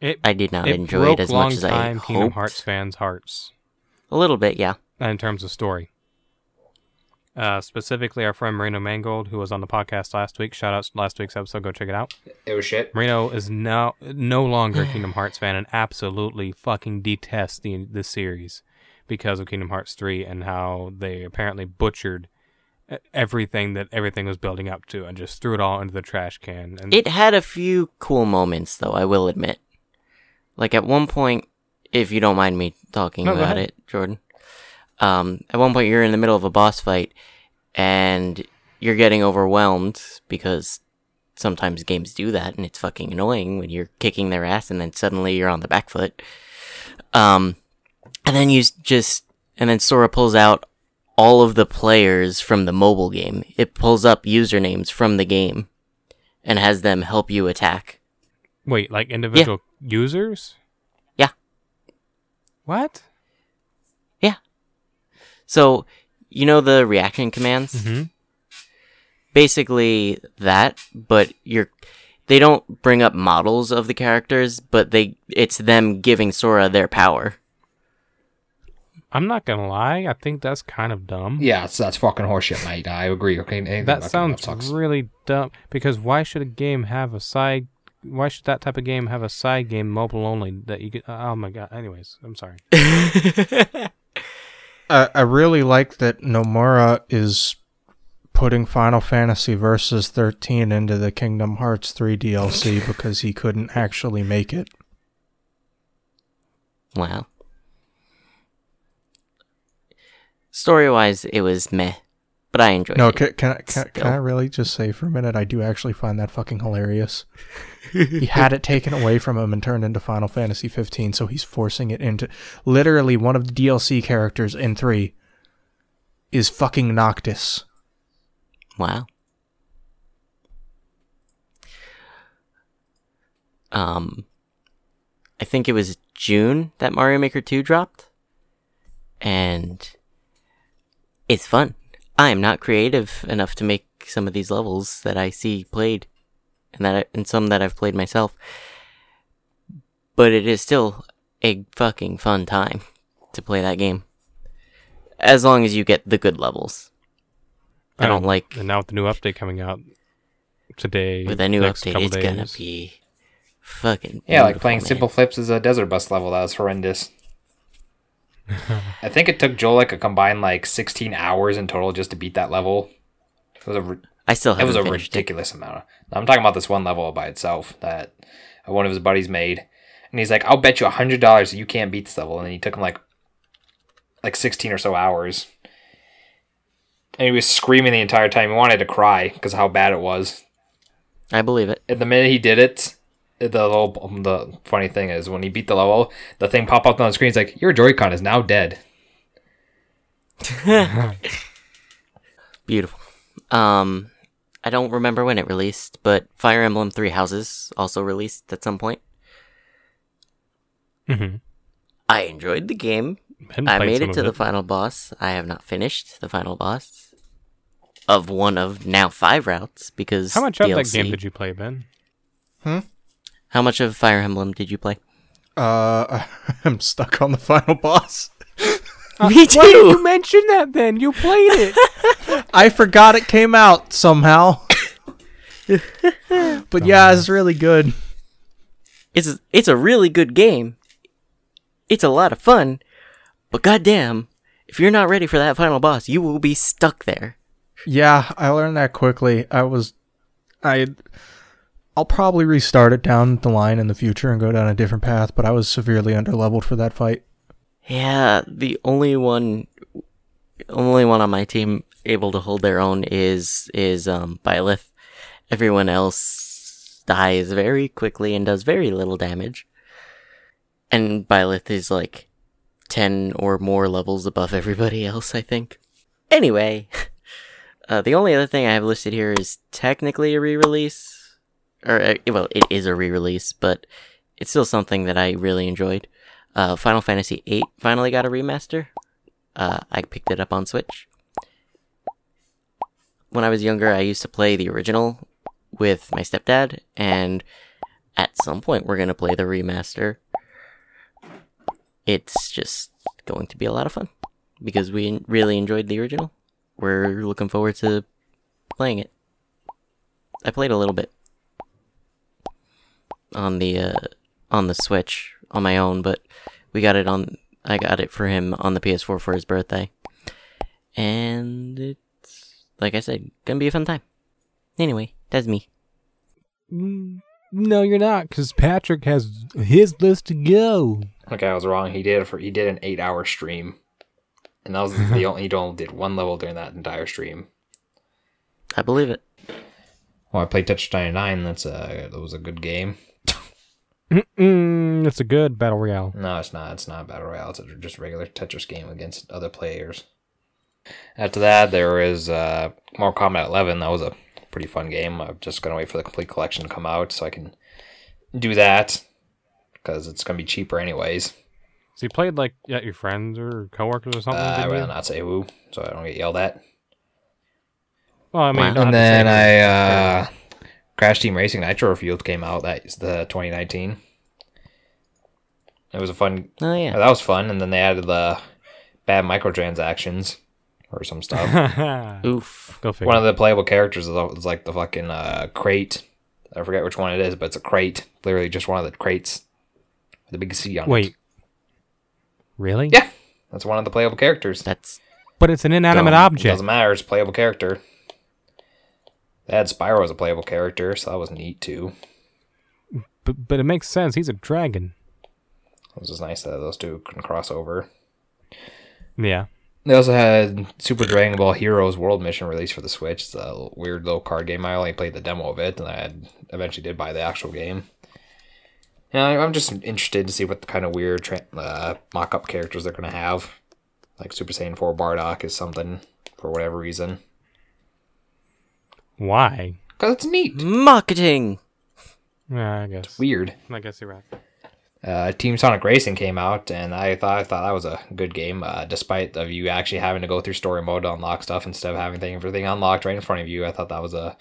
[SPEAKER 1] It
[SPEAKER 3] I did not
[SPEAKER 1] it
[SPEAKER 3] enjoy
[SPEAKER 1] broke
[SPEAKER 3] it as much as I
[SPEAKER 1] long-time Kingdom
[SPEAKER 3] hoped.
[SPEAKER 1] Hearts fans' hearts
[SPEAKER 3] A little bit, yeah.
[SPEAKER 1] in terms of story. Uh, specifically, our friend Marino Mangold, who was on the podcast last week. Shout out to last week's episode. Go check it out.
[SPEAKER 5] It was shit.
[SPEAKER 1] Marino is now no longer a Kingdom Hearts fan and absolutely fucking detests the the series because of Kingdom Hearts 3 and how they apparently butchered e- everything that everything was building up to and just threw it all into the trash can and
[SPEAKER 3] It had a few cool moments, though, I will admit. Like, at one point, if you don't mind me talking
[SPEAKER 1] No, go
[SPEAKER 3] about
[SPEAKER 1] ahead.
[SPEAKER 3] it, Jordan, um, at one point you're in the middle of a boss fight and you're getting overwhelmed because sometimes games do that and it's fucking annoying when you're kicking their ass and then suddenly you're on the back foot. Um, and then you s- just, and then Sora pulls out all of the players from the mobile game. It pulls up usernames from the game and has them help you attack.
[SPEAKER 1] wait, like individual users?
[SPEAKER 3] Yeah.
[SPEAKER 1] What?
[SPEAKER 3] So, you know the reaction commands?
[SPEAKER 1] Mhm.
[SPEAKER 3] Basically that, but you're they don't bring up models of the characters, but they it's them giving Sora their power.
[SPEAKER 1] I'm not going to lie, I think that's kind of dumb.
[SPEAKER 5] Yeah, it's, that's fucking horseshit, mate. I agree. Okay, anything about
[SPEAKER 1] That
[SPEAKER 5] Kingdom Hearts
[SPEAKER 1] sounds
[SPEAKER 5] sucks.
[SPEAKER 1] really dumb because why should a game have a side why should that type of game have a side game mobile only that you get oh my god anyways i'm sorry
[SPEAKER 2] I, I really like that Nomura is putting Final Fantasy Versus 13 into the Kingdom Hearts 3 DLC because he couldn't actually make it.
[SPEAKER 3] Wow. Story wise, it was meh, but I enjoyed
[SPEAKER 2] No,
[SPEAKER 3] it.
[SPEAKER 2] can, can, I- can, I- can I
[SPEAKER 3] Still.
[SPEAKER 2] really just say for a minute, I do actually find that fucking hilarious. he had it taken away from him and turned into Final Fantasy 15, so he's forcing it into. Literally, one of the DLC characters in 3 is fucking Noctis.
[SPEAKER 3] Wow. um, I think it was June that Mario Maker 2 dropped. And it's fun. I am not creative enough to make some of these levels that I see played and that I, and some that I've played myself. But it is still a fucking fun time to play that game. As long as you get the good levels. I don't
[SPEAKER 1] Um,
[SPEAKER 3] like
[SPEAKER 1] And now with the new update coming out today,
[SPEAKER 3] with a new
[SPEAKER 1] next
[SPEAKER 3] update,
[SPEAKER 1] couple
[SPEAKER 3] it's gonna
[SPEAKER 1] days,
[SPEAKER 3] be fucking
[SPEAKER 5] Yeah, like
[SPEAKER 3] beautiful,
[SPEAKER 5] playing
[SPEAKER 3] man.
[SPEAKER 5] Simple Flips is a desert bus level. That was horrendous. I think it took Joel like a combined like 16 hours in total just to beat that level. It was a, ri-
[SPEAKER 3] I still
[SPEAKER 5] it
[SPEAKER 3] haven't
[SPEAKER 5] was a
[SPEAKER 3] finished it.
[SPEAKER 5] ridiculous amount. I'm talking about this one level by itself that one of his buddies made. And he's like, I'll bet you $100 you can't beat this level. And he took him like like 16 or so hours. And he was screaming the entire time. He wanted to cry because how bad it was
[SPEAKER 3] I believe it.
[SPEAKER 5] and the minute he did it, the little um, the funny thing is when he beat the level, the thing popped up on the screen. It's like your Joy-Con is now dead.
[SPEAKER 3] Beautiful. Um, I don't remember when it released, but Fire Emblem Three Houses also released at some point.
[SPEAKER 1] Mhm.
[SPEAKER 3] I enjoyed the game.
[SPEAKER 1] Hadn't
[SPEAKER 3] I
[SPEAKER 1] played
[SPEAKER 3] made
[SPEAKER 1] some
[SPEAKER 3] it
[SPEAKER 1] of
[SPEAKER 3] to the final boss. I have not finished the final boss of one of now five routes because
[SPEAKER 1] How much
[SPEAKER 3] DLC.
[SPEAKER 1] of that game did you play, Ben?
[SPEAKER 3] How much of Fire Emblem did you play?
[SPEAKER 2] Uh, I'm stuck on the final boss.
[SPEAKER 1] Uh,
[SPEAKER 3] Me too.
[SPEAKER 1] mention that then? You played it.
[SPEAKER 2] I forgot it came out somehow. but yeah, it's really good.
[SPEAKER 3] It's it's a really good game. It's a lot of fun, but goddamn, if you're not ready for that final boss, you will be stuck there.
[SPEAKER 2] Yeah, I learned that quickly. I was, I, I'll probably restart it down the line in the future and go down a different path. But I was severely underleveled for that fight.
[SPEAKER 3] Yeah, the only one, only one on my team able to hold their own is is um Byleth. Everyone else dies very quickly and does very little damage. And Byleth is like ten or more levels above everybody else, I think. Anyway, uh, the only other thing I have listed here is technically a re-release, or uh, well, it is a re-release, but it's still something that I really enjoyed uh, Final Fantasy VIII finally got a remaster. Uh, I picked it up on Switch. When I was younger, I used to play the original with my stepdad, and at some point, we're gonna play the remaster. It's just going to be a lot of fun because we really enjoyed the original. We're looking forward to playing it. I played a little bit on the uh, on the Switch on my own, but we got it on. I got it for him on the PS4 for his birthday, and it's like I said, gonna be a fun time. Anyway, that's me.
[SPEAKER 1] No, you're not, because Patrick has his list to go.
[SPEAKER 5] Okay, I was wrong. He did it for he did an eight-hour stream, and that was the only he only did one level during that entire stream.
[SPEAKER 3] I believe it.
[SPEAKER 5] Well, I played Tetris 99. That's a that was a good game.
[SPEAKER 1] Mm-mm, Mm, it's a good battle royale.
[SPEAKER 5] No, it's not. It's not battle royale. It's a- just a regular Tetris game against other players. After that, there is uh, Mortal Kombat 11. That was a pretty fun game. I'm just gonna wait for the complete collection to come out so I can do that because it's gonna be cheaper anyways.
[SPEAKER 1] So you played like at your friends or coworkers or
[SPEAKER 5] Uh,
[SPEAKER 1] something?
[SPEAKER 5] I'd
[SPEAKER 1] didn't
[SPEAKER 5] rather
[SPEAKER 1] you?
[SPEAKER 5] not say who, so I don't get yelled at.
[SPEAKER 1] Well, I mean,
[SPEAKER 3] Wow.
[SPEAKER 1] you don't
[SPEAKER 5] And
[SPEAKER 1] have to say
[SPEAKER 5] then I
[SPEAKER 1] it.
[SPEAKER 5] uh, Crash Team Racing Nitro Refueled came out. That's the 2019. It was a fun
[SPEAKER 3] Oh
[SPEAKER 5] Yeah,
[SPEAKER 3] yeah,
[SPEAKER 5] that was fun. And then they added the bad microtransactions or some stuff.
[SPEAKER 3] oof.
[SPEAKER 1] Go figure.
[SPEAKER 5] one of the playable characters is, al- is like the fucking uh, crate. I forget which one it is, but it's a crate. Literally just one of the crates with a big C on it.
[SPEAKER 1] Wait. Really?
[SPEAKER 5] Yeah. That's one of the playable characters.
[SPEAKER 3] That's
[SPEAKER 1] But it's an inanimate
[SPEAKER 3] Dumb.
[SPEAKER 5] It
[SPEAKER 1] object.
[SPEAKER 5] doesn't matter. It's a playable character. They had Spyro as a playable character, so that was neat too.
[SPEAKER 1] But, but it makes sense. He's a dragon.
[SPEAKER 5] It was just nice that those two can cross over.
[SPEAKER 1] Yeah.
[SPEAKER 5] They also had Super Dragon Ball Heroes World Mission released for the Switch. It's a weird little card game. I only played the demo of it, and I had, eventually did buy the actual game. Yeah, I- I'm just interested to see what kind of weird tra- uh, mock-up characters they're gonna have. Like Super Saiyan 4 Bardock is something for whatever reason,
[SPEAKER 1] Why?
[SPEAKER 5] because it's neat.
[SPEAKER 3] marketing.
[SPEAKER 1] Yeah, I guess.
[SPEAKER 5] Weird.
[SPEAKER 1] I guess you're right.
[SPEAKER 5] Uh, Team Sonic Racing came out, and I thought I thought that was a good game, uh, despite of you actually having to go through story mode to unlock stuff instead of having thing- everything unlocked right in front of you. I thought that was a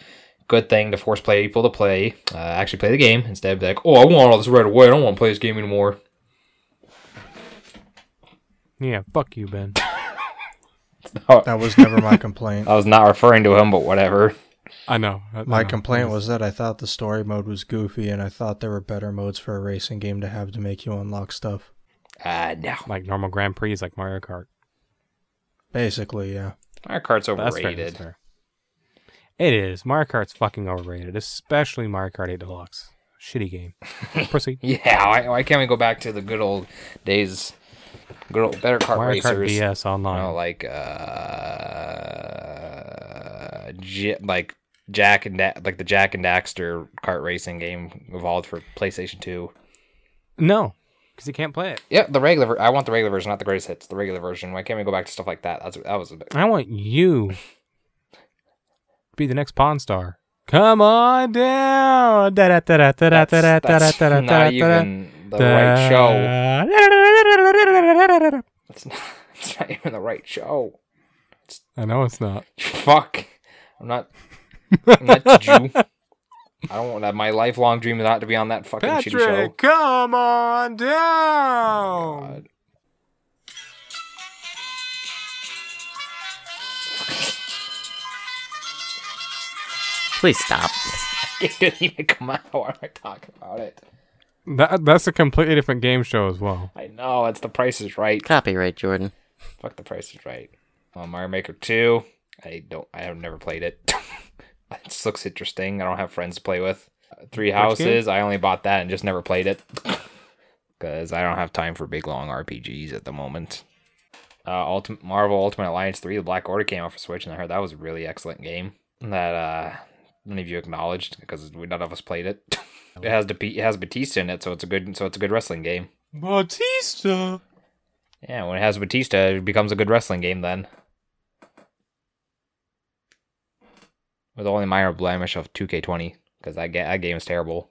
[SPEAKER 5] good thing to force play people to play, uh, actually play the game instead of like, oh, I want all this right away. I don't want to play this game anymore.
[SPEAKER 1] Yeah, fuck you, Ben.
[SPEAKER 2] That was never my complaint.
[SPEAKER 1] Oh,
[SPEAKER 5] I was not referring to him, but whatever.
[SPEAKER 1] I know. I- I
[SPEAKER 2] My
[SPEAKER 1] know.
[SPEAKER 2] complaint was that I thought the story mode was goofy and I thought there were better modes for a racing game to have to make you unlock stuff.
[SPEAKER 5] Ah, no.
[SPEAKER 1] like normal Grand Prix, like Mario Kart.
[SPEAKER 2] Basically,
[SPEAKER 1] Uh,
[SPEAKER 2] yeah.
[SPEAKER 5] Our cart's
[SPEAKER 1] That's fair,
[SPEAKER 5] overrated.
[SPEAKER 1] that's fair. It is. Mario Kart's fucking overrated, especially Mario Kart 8 Deluxe. Shitty game. Proceed.
[SPEAKER 5] Yeah, why, why can't we go back to the good old days? Good old better kart
[SPEAKER 1] Mario Kart
[SPEAKER 5] racers. Oh.
[SPEAKER 1] DS
[SPEAKER 5] You know,
[SPEAKER 1] Online.
[SPEAKER 5] like uh, J- like Jack and da- like the Jack and Daxter kart racing game evolved for PlayStation Two.
[SPEAKER 1] No, because you can't play it.
[SPEAKER 5] Yeah, the regular. Ver- I want the regular version, not the greatest hits. The regular version. Why can't we go back to stuff like that? That's that was a bit.
[SPEAKER 1] I want you to be the next Pawn Star. Come on down. That's
[SPEAKER 5] That's, that's not even the right show.
[SPEAKER 1] show.
[SPEAKER 5] It's not, it's not even the right show.
[SPEAKER 1] I know it's not.
[SPEAKER 5] Fuck. I'm not. I'm not a Jew. I don't want that. My lifelong dream is not to be on that fucking shitty show. Oh
[SPEAKER 1] Patrick, come on down.
[SPEAKER 5] God.
[SPEAKER 3] Please stop.
[SPEAKER 5] It didn't even come out. Why am I talking about it?
[SPEAKER 1] That, that's a completely different game show as well.
[SPEAKER 5] I know it's the Price is Right.
[SPEAKER 3] Copyright, Jordan.
[SPEAKER 5] Fuck the Price is Right. Uh, Mario Maker Two. I don't. I have never played it. it just looks interesting. I don't have friends to play with. Uh, Three Houses. I only bought that and just never played it because I don't have time for big long RPGs at the moment. Uh, Ultimate Marvel Ultimate Alliance Three: The Black Order came out for Switch, and I heard that was a really excellent game that uh, none of you acknowledged because we none of us played it. it has Bat- it has Batista in it, so it's a good so it's a good wrestling game.
[SPEAKER 1] Batista.
[SPEAKER 5] Yeah, when it has Batista, it becomes a good wrestling game then. With only minor blemish of 2K20, because that, ga- that game is terrible.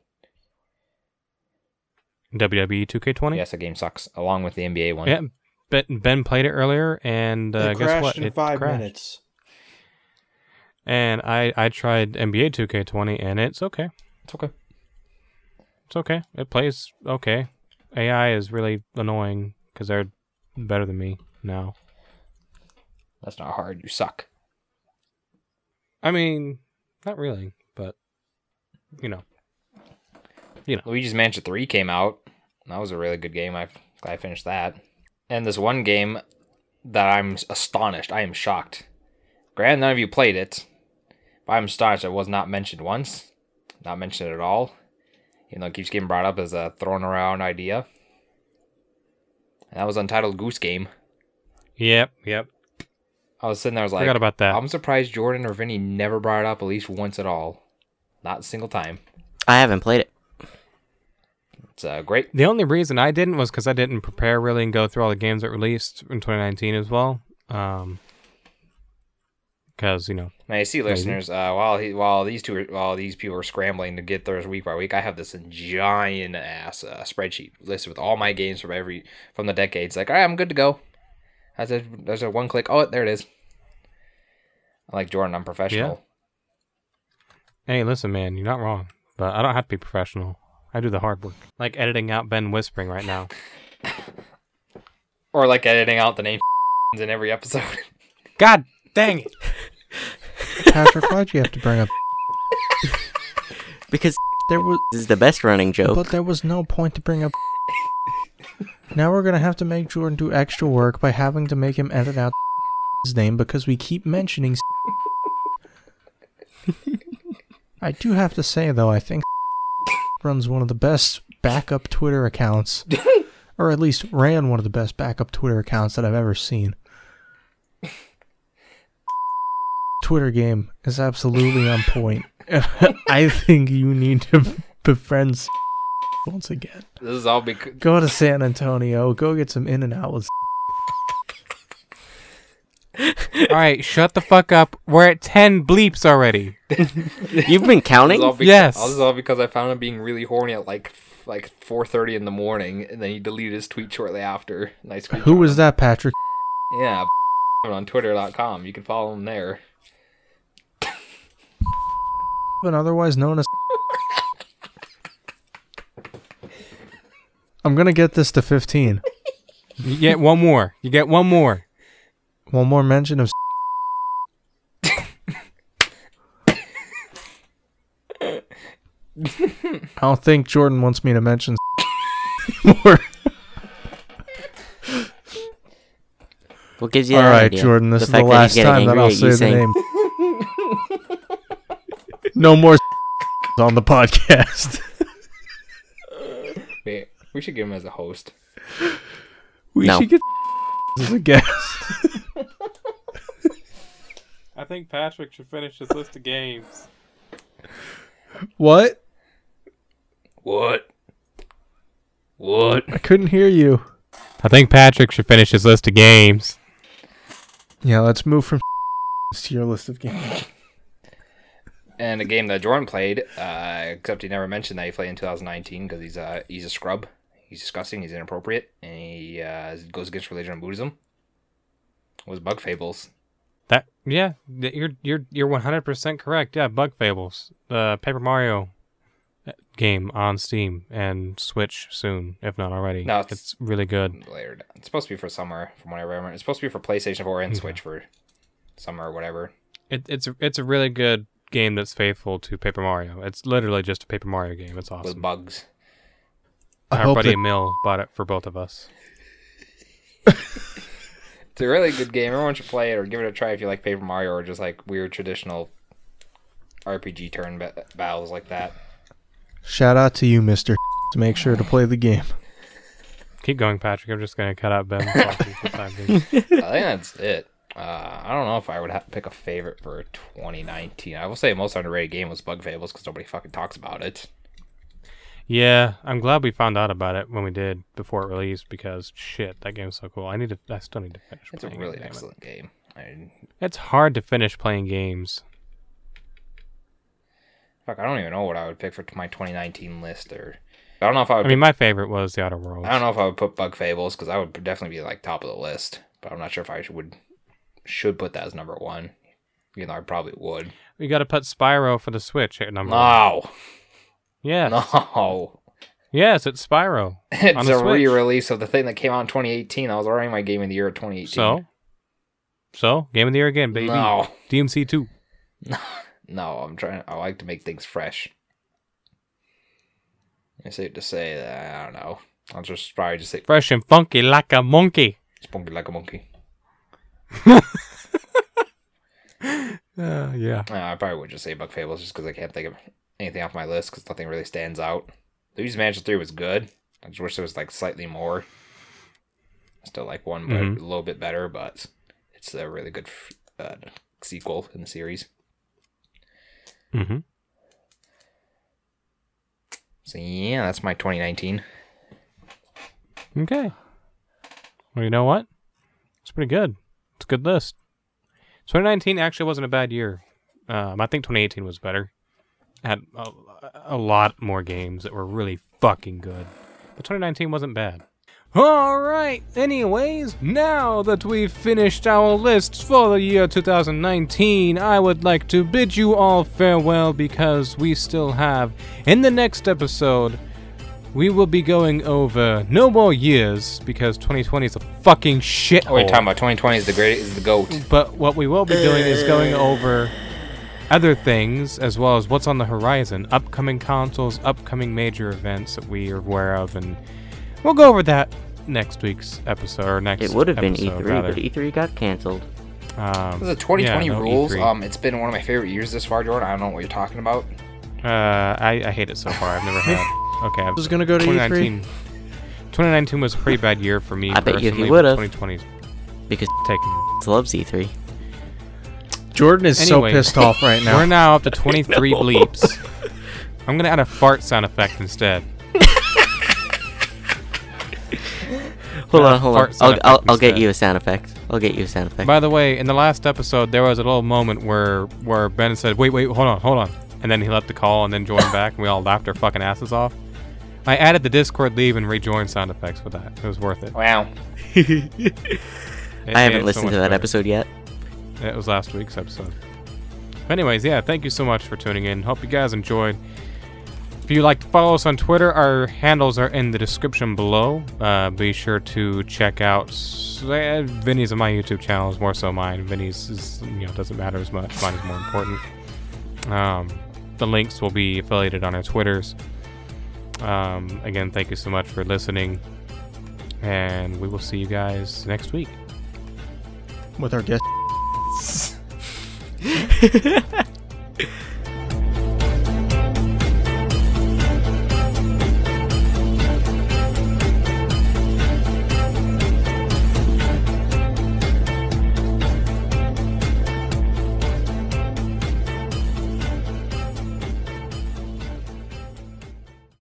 [SPEAKER 1] WWE 2K20.
[SPEAKER 5] Yes, that game sucks, along with the NBA one.
[SPEAKER 1] Yeah. Ben, ben played it earlier, and uh, guess what? it crashed.
[SPEAKER 2] minutes.
[SPEAKER 1] And I, I tried NBA 2K20, and it's okay.
[SPEAKER 5] It's okay.
[SPEAKER 1] It's okay. It plays okay. AI is really annoying because they're better than me now.
[SPEAKER 5] That's not hard. You suck.
[SPEAKER 1] I mean, not really, but you know,
[SPEAKER 5] Luigi's Mansion 3 came out. That was a really good game. I, I finished that. And this one game that I'm astonished. I am shocked. Granted, none of you played it, but I'm astonished it was not mentioned once. Not mentioned at all. Even though it keeps getting brought up as a thrown around idea. And that was Untitled Goose Game.
[SPEAKER 1] yep, yep.
[SPEAKER 5] I was sitting there, I was like,
[SPEAKER 1] Forgot about that.
[SPEAKER 5] I'm surprised Jordan or Vinny never brought it up at least once at all. Not a single time.
[SPEAKER 3] I haven't played it.
[SPEAKER 5] It's uh, great.
[SPEAKER 1] The only reason I didn't was because I didn't prepare really and go through all the games that released in 2019 as well. Um, because you know,
[SPEAKER 5] Now you see, listeners, uh, while he, while these two, are, while these people are scrambling to get theirs week by week, I have this giant ass uh, spreadsheet listed with all my games from every from the decades. Like, all right, I'm good to go. I said, there's a one click. Oh, there it is. I'm like Jordan, I'm professional.
[SPEAKER 1] hey, listen, man, you're not wrong, but I don't have to be professional. I do the hard work, like editing out Ben whispering right now.
[SPEAKER 5] Or like editing out the name in every episode.
[SPEAKER 1] God dang it!
[SPEAKER 2] Patrick, why'd you have to bring up?
[SPEAKER 3] Because
[SPEAKER 2] There was,
[SPEAKER 3] this is the best running joke.
[SPEAKER 2] but there was no point to bring up. Now we're gonna have to make Jordan do extra work by having to make him edit out his name because we keep mentioning. I do have to say though, I think runs one of the best backup Twitter accounts, or at least ran one of the best backup Twitter accounts that I've ever seen. Twitter game is absolutely on point. I think you need to befriend once again.
[SPEAKER 5] this is all because
[SPEAKER 2] Go to San Antonio. Go get some In and Out with.
[SPEAKER 1] All right, shut the fuck up. We're at 10 bleeps already.
[SPEAKER 3] You've been
[SPEAKER 5] This is all
[SPEAKER 3] counting?
[SPEAKER 5] because,
[SPEAKER 1] Yes.
[SPEAKER 5] This is all because I found him being really horny at like f- like 4:30 in the morning, and then he deleted his tweet shortly after. Nice.
[SPEAKER 2] Who was that, Patrick?
[SPEAKER 5] Yeah, on Twitter.com. You can follow him there.
[SPEAKER 2] Been otherwise known as. I'm gonna get this to 15.
[SPEAKER 1] You get one more. You get one more.
[SPEAKER 2] One more mention of. I don't think Jordan wants me to mention more.
[SPEAKER 3] What gives you
[SPEAKER 2] All
[SPEAKER 3] that
[SPEAKER 2] right,
[SPEAKER 3] idea?
[SPEAKER 2] Jordan, this is the
[SPEAKER 3] fact that
[SPEAKER 2] last
[SPEAKER 3] he's getting
[SPEAKER 2] time that
[SPEAKER 3] angry
[SPEAKER 2] I'll
[SPEAKER 3] at
[SPEAKER 2] say
[SPEAKER 3] you
[SPEAKER 2] the
[SPEAKER 3] saying-
[SPEAKER 2] name. no more on the podcast.
[SPEAKER 5] We, we should give him as a host.
[SPEAKER 2] We
[SPEAKER 3] No.
[SPEAKER 2] should get as a guest.
[SPEAKER 1] I think Patrick should finish his list of games.
[SPEAKER 2] What?
[SPEAKER 5] What? What?
[SPEAKER 2] I couldn't hear you.
[SPEAKER 1] I think Patrick should finish his list of games.
[SPEAKER 2] Yeah, let's move from to your list of games.
[SPEAKER 5] And a game that Jordan played, uh, except he never mentioned that he played in 2019 because he's a he's a scrub. He's disgusting. He's inappropriate, and he uh, goes against religion and Buddhism. Was Bug Fables.
[SPEAKER 1] That yeah, th- you're you're you're 100% correct. Yeah, Bug Fables, the Paper Mario game on Steam and Switch soon, if not already.
[SPEAKER 5] No,
[SPEAKER 1] it's,
[SPEAKER 5] it's-
[SPEAKER 1] really good.
[SPEAKER 5] later. down. It's supposed to be for summer, from what I remember. It's supposed to be for PlayStation 4 and Switch for summer or whatever.
[SPEAKER 1] It, it's a- it's a really good game that's faithful to Paper Mario. It's literally just a Paper Mario game. It's
[SPEAKER 5] With
[SPEAKER 1] awesome.
[SPEAKER 5] bugs.
[SPEAKER 2] I
[SPEAKER 1] Our
[SPEAKER 2] hope
[SPEAKER 1] buddy
[SPEAKER 2] that-
[SPEAKER 1] Emil bought it for both of us.
[SPEAKER 5] It's a really good game. Everyone should play it or give it a try if you like Paper Mario or just like weird traditional RPG turn ba- battles like that.
[SPEAKER 2] Shout out to you, Mister, to make sure to play the game.
[SPEAKER 1] Keep going, Patrick. I'm just gonna cut out Ben. talking for five minutes.
[SPEAKER 5] I think that's it. Uh, I don't know if I would ha pick a favorite for 2019. I will say most underrated game was Bug Fables because nobody fucking talks about it.
[SPEAKER 1] yeah, I'm glad we found out about it when we did before it released because shit, that game's so cool. I need to. I still need to finish.
[SPEAKER 5] It's a
[SPEAKER 1] playing it,
[SPEAKER 5] really
[SPEAKER 1] damn it.
[SPEAKER 5] excellent game. I,
[SPEAKER 1] It's hard to finish playing games.
[SPEAKER 5] fuck, I don't even know what I would pick for my 2019 list. Or I don't know if I would.
[SPEAKER 1] I mean, my favorite was The Outer Worlds.
[SPEAKER 5] I don't know if I would put Bug Fables because I would definitely be like top of the list. But I'm not sure if I should, would should put that as number one. You know, I probably would.
[SPEAKER 1] We got to put Spyro for the Switch at number. one.
[SPEAKER 5] No,
[SPEAKER 1] Yes,
[SPEAKER 5] no,
[SPEAKER 1] yes, it's Spyro. On
[SPEAKER 5] it's
[SPEAKER 1] the
[SPEAKER 5] a
[SPEAKER 1] Switch.
[SPEAKER 5] re-release of the thing that came out in 2018. I was already my game of the year of 2018.
[SPEAKER 1] So, so game of the year again, baby.
[SPEAKER 5] no,
[SPEAKER 1] DMC two.
[SPEAKER 5] no, I'm trying. I like to make things fresh. It's safe to say that I don't know. I'll just probably just say
[SPEAKER 1] Fresh and funky like a monkey.
[SPEAKER 5] spunky like a monkey.
[SPEAKER 1] Uh, yeah.
[SPEAKER 5] Uh, I probably would just say Bug Fables just because I can't think of anything off my list because nothing really stands out. Luigi's Mansion 3 was good. I just wish there was like slightly more. Still like one, but
[SPEAKER 1] Mhm.
[SPEAKER 5] a little bit better, but it's a really good f- uh, sequel in the series.
[SPEAKER 1] Mm-hmm.
[SPEAKER 5] So yeah, that's my 2019.
[SPEAKER 1] Okay. Well, you know what? It's pretty good. It's a good list. 2019 actually wasn't a bad year. Um, I think 2018 was better. Had a, a lot more games that were really fucking good. But 2019 wasn't bad. Alright, anyways, now that we've finished our lists for the year 2019, I would like to bid you all farewell because we still have, in the next episode, we will be going over no more years because 2020 is a fucking shit.
[SPEAKER 5] Oh, you're talking about 2020 is the great is the goat.
[SPEAKER 1] But what we will be doing is
[SPEAKER 3] Eh.
[SPEAKER 1] going over other things as well as what's on the horizon, upcoming consoles, upcoming major events that we are aware of, and we'll go over that next week's episode or next.
[SPEAKER 3] It would have been
[SPEAKER 1] episode,
[SPEAKER 3] E3,
[SPEAKER 1] rather.
[SPEAKER 3] but E E3 got canceled.
[SPEAKER 1] Um,
[SPEAKER 5] This is the 2020
[SPEAKER 1] yeah, no, E
[SPEAKER 5] rules.
[SPEAKER 1] E3.
[SPEAKER 5] Um, it's been one of my favorite years this far, Jordan. I don't know what you're talking about.
[SPEAKER 1] uh, I, I hate it so far. I've never had. Okay, I
[SPEAKER 2] was gonna go to E E3.
[SPEAKER 1] 2019 was a pretty bad year for me.
[SPEAKER 3] I bet you he
[SPEAKER 1] personally, but
[SPEAKER 3] would've.
[SPEAKER 1] 2020's
[SPEAKER 3] Because
[SPEAKER 1] taken
[SPEAKER 3] loves E E3.
[SPEAKER 2] Jordan is
[SPEAKER 1] Anyway.
[SPEAKER 2] so pissed off right
[SPEAKER 1] We're
[SPEAKER 2] now.
[SPEAKER 1] now up to 23 bleeps. I'm going to add a fart sound effect instead.
[SPEAKER 3] Hold on,
[SPEAKER 1] Uh,
[SPEAKER 3] hold
[SPEAKER 1] fart
[SPEAKER 3] on. I'll,
[SPEAKER 1] sound
[SPEAKER 3] I'll,
[SPEAKER 1] effect
[SPEAKER 3] I'll get
[SPEAKER 1] instead.
[SPEAKER 3] you a sound effect. I'll get you a sound effect.
[SPEAKER 1] By the way, in the last episode, there was a little moment where where Ben said, "Wait, wait, hold on, hold on," and then he left the call and then joined back, and we all laughed our fucking asses off. I added the Discord leave and rejoin sound effects for that. It was worth it.
[SPEAKER 5] Wow.
[SPEAKER 1] It
[SPEAKER 3] I
[SPEAKER 1] made it
[SPEAKER 3] haven't
[SPEAKER 1] so
[SPEAKER 3] listened
[SPEAKER 1] much
[SPEAKER 3] to that
[SPEAKER 1] better.
[SPEAKER 3] episode yet.
[SPEAKER 1] It was last week's episode. But anyways, yeah, thank you so much for tuning in. Hope you guys enjoyed. If you'd like to follow us on Twitter, our handles are in the description below. Uh, be sure to check out s- eh, Vinny's and my YouTube channels, more so mine. Vinny's is, you know doesn't matter as much. Mine is more important. Um, the links will be affiliated on our Twitters. Um, again, thank you so much for listening, and we will see you guys next week.
[SPEAKER 2] with our guest.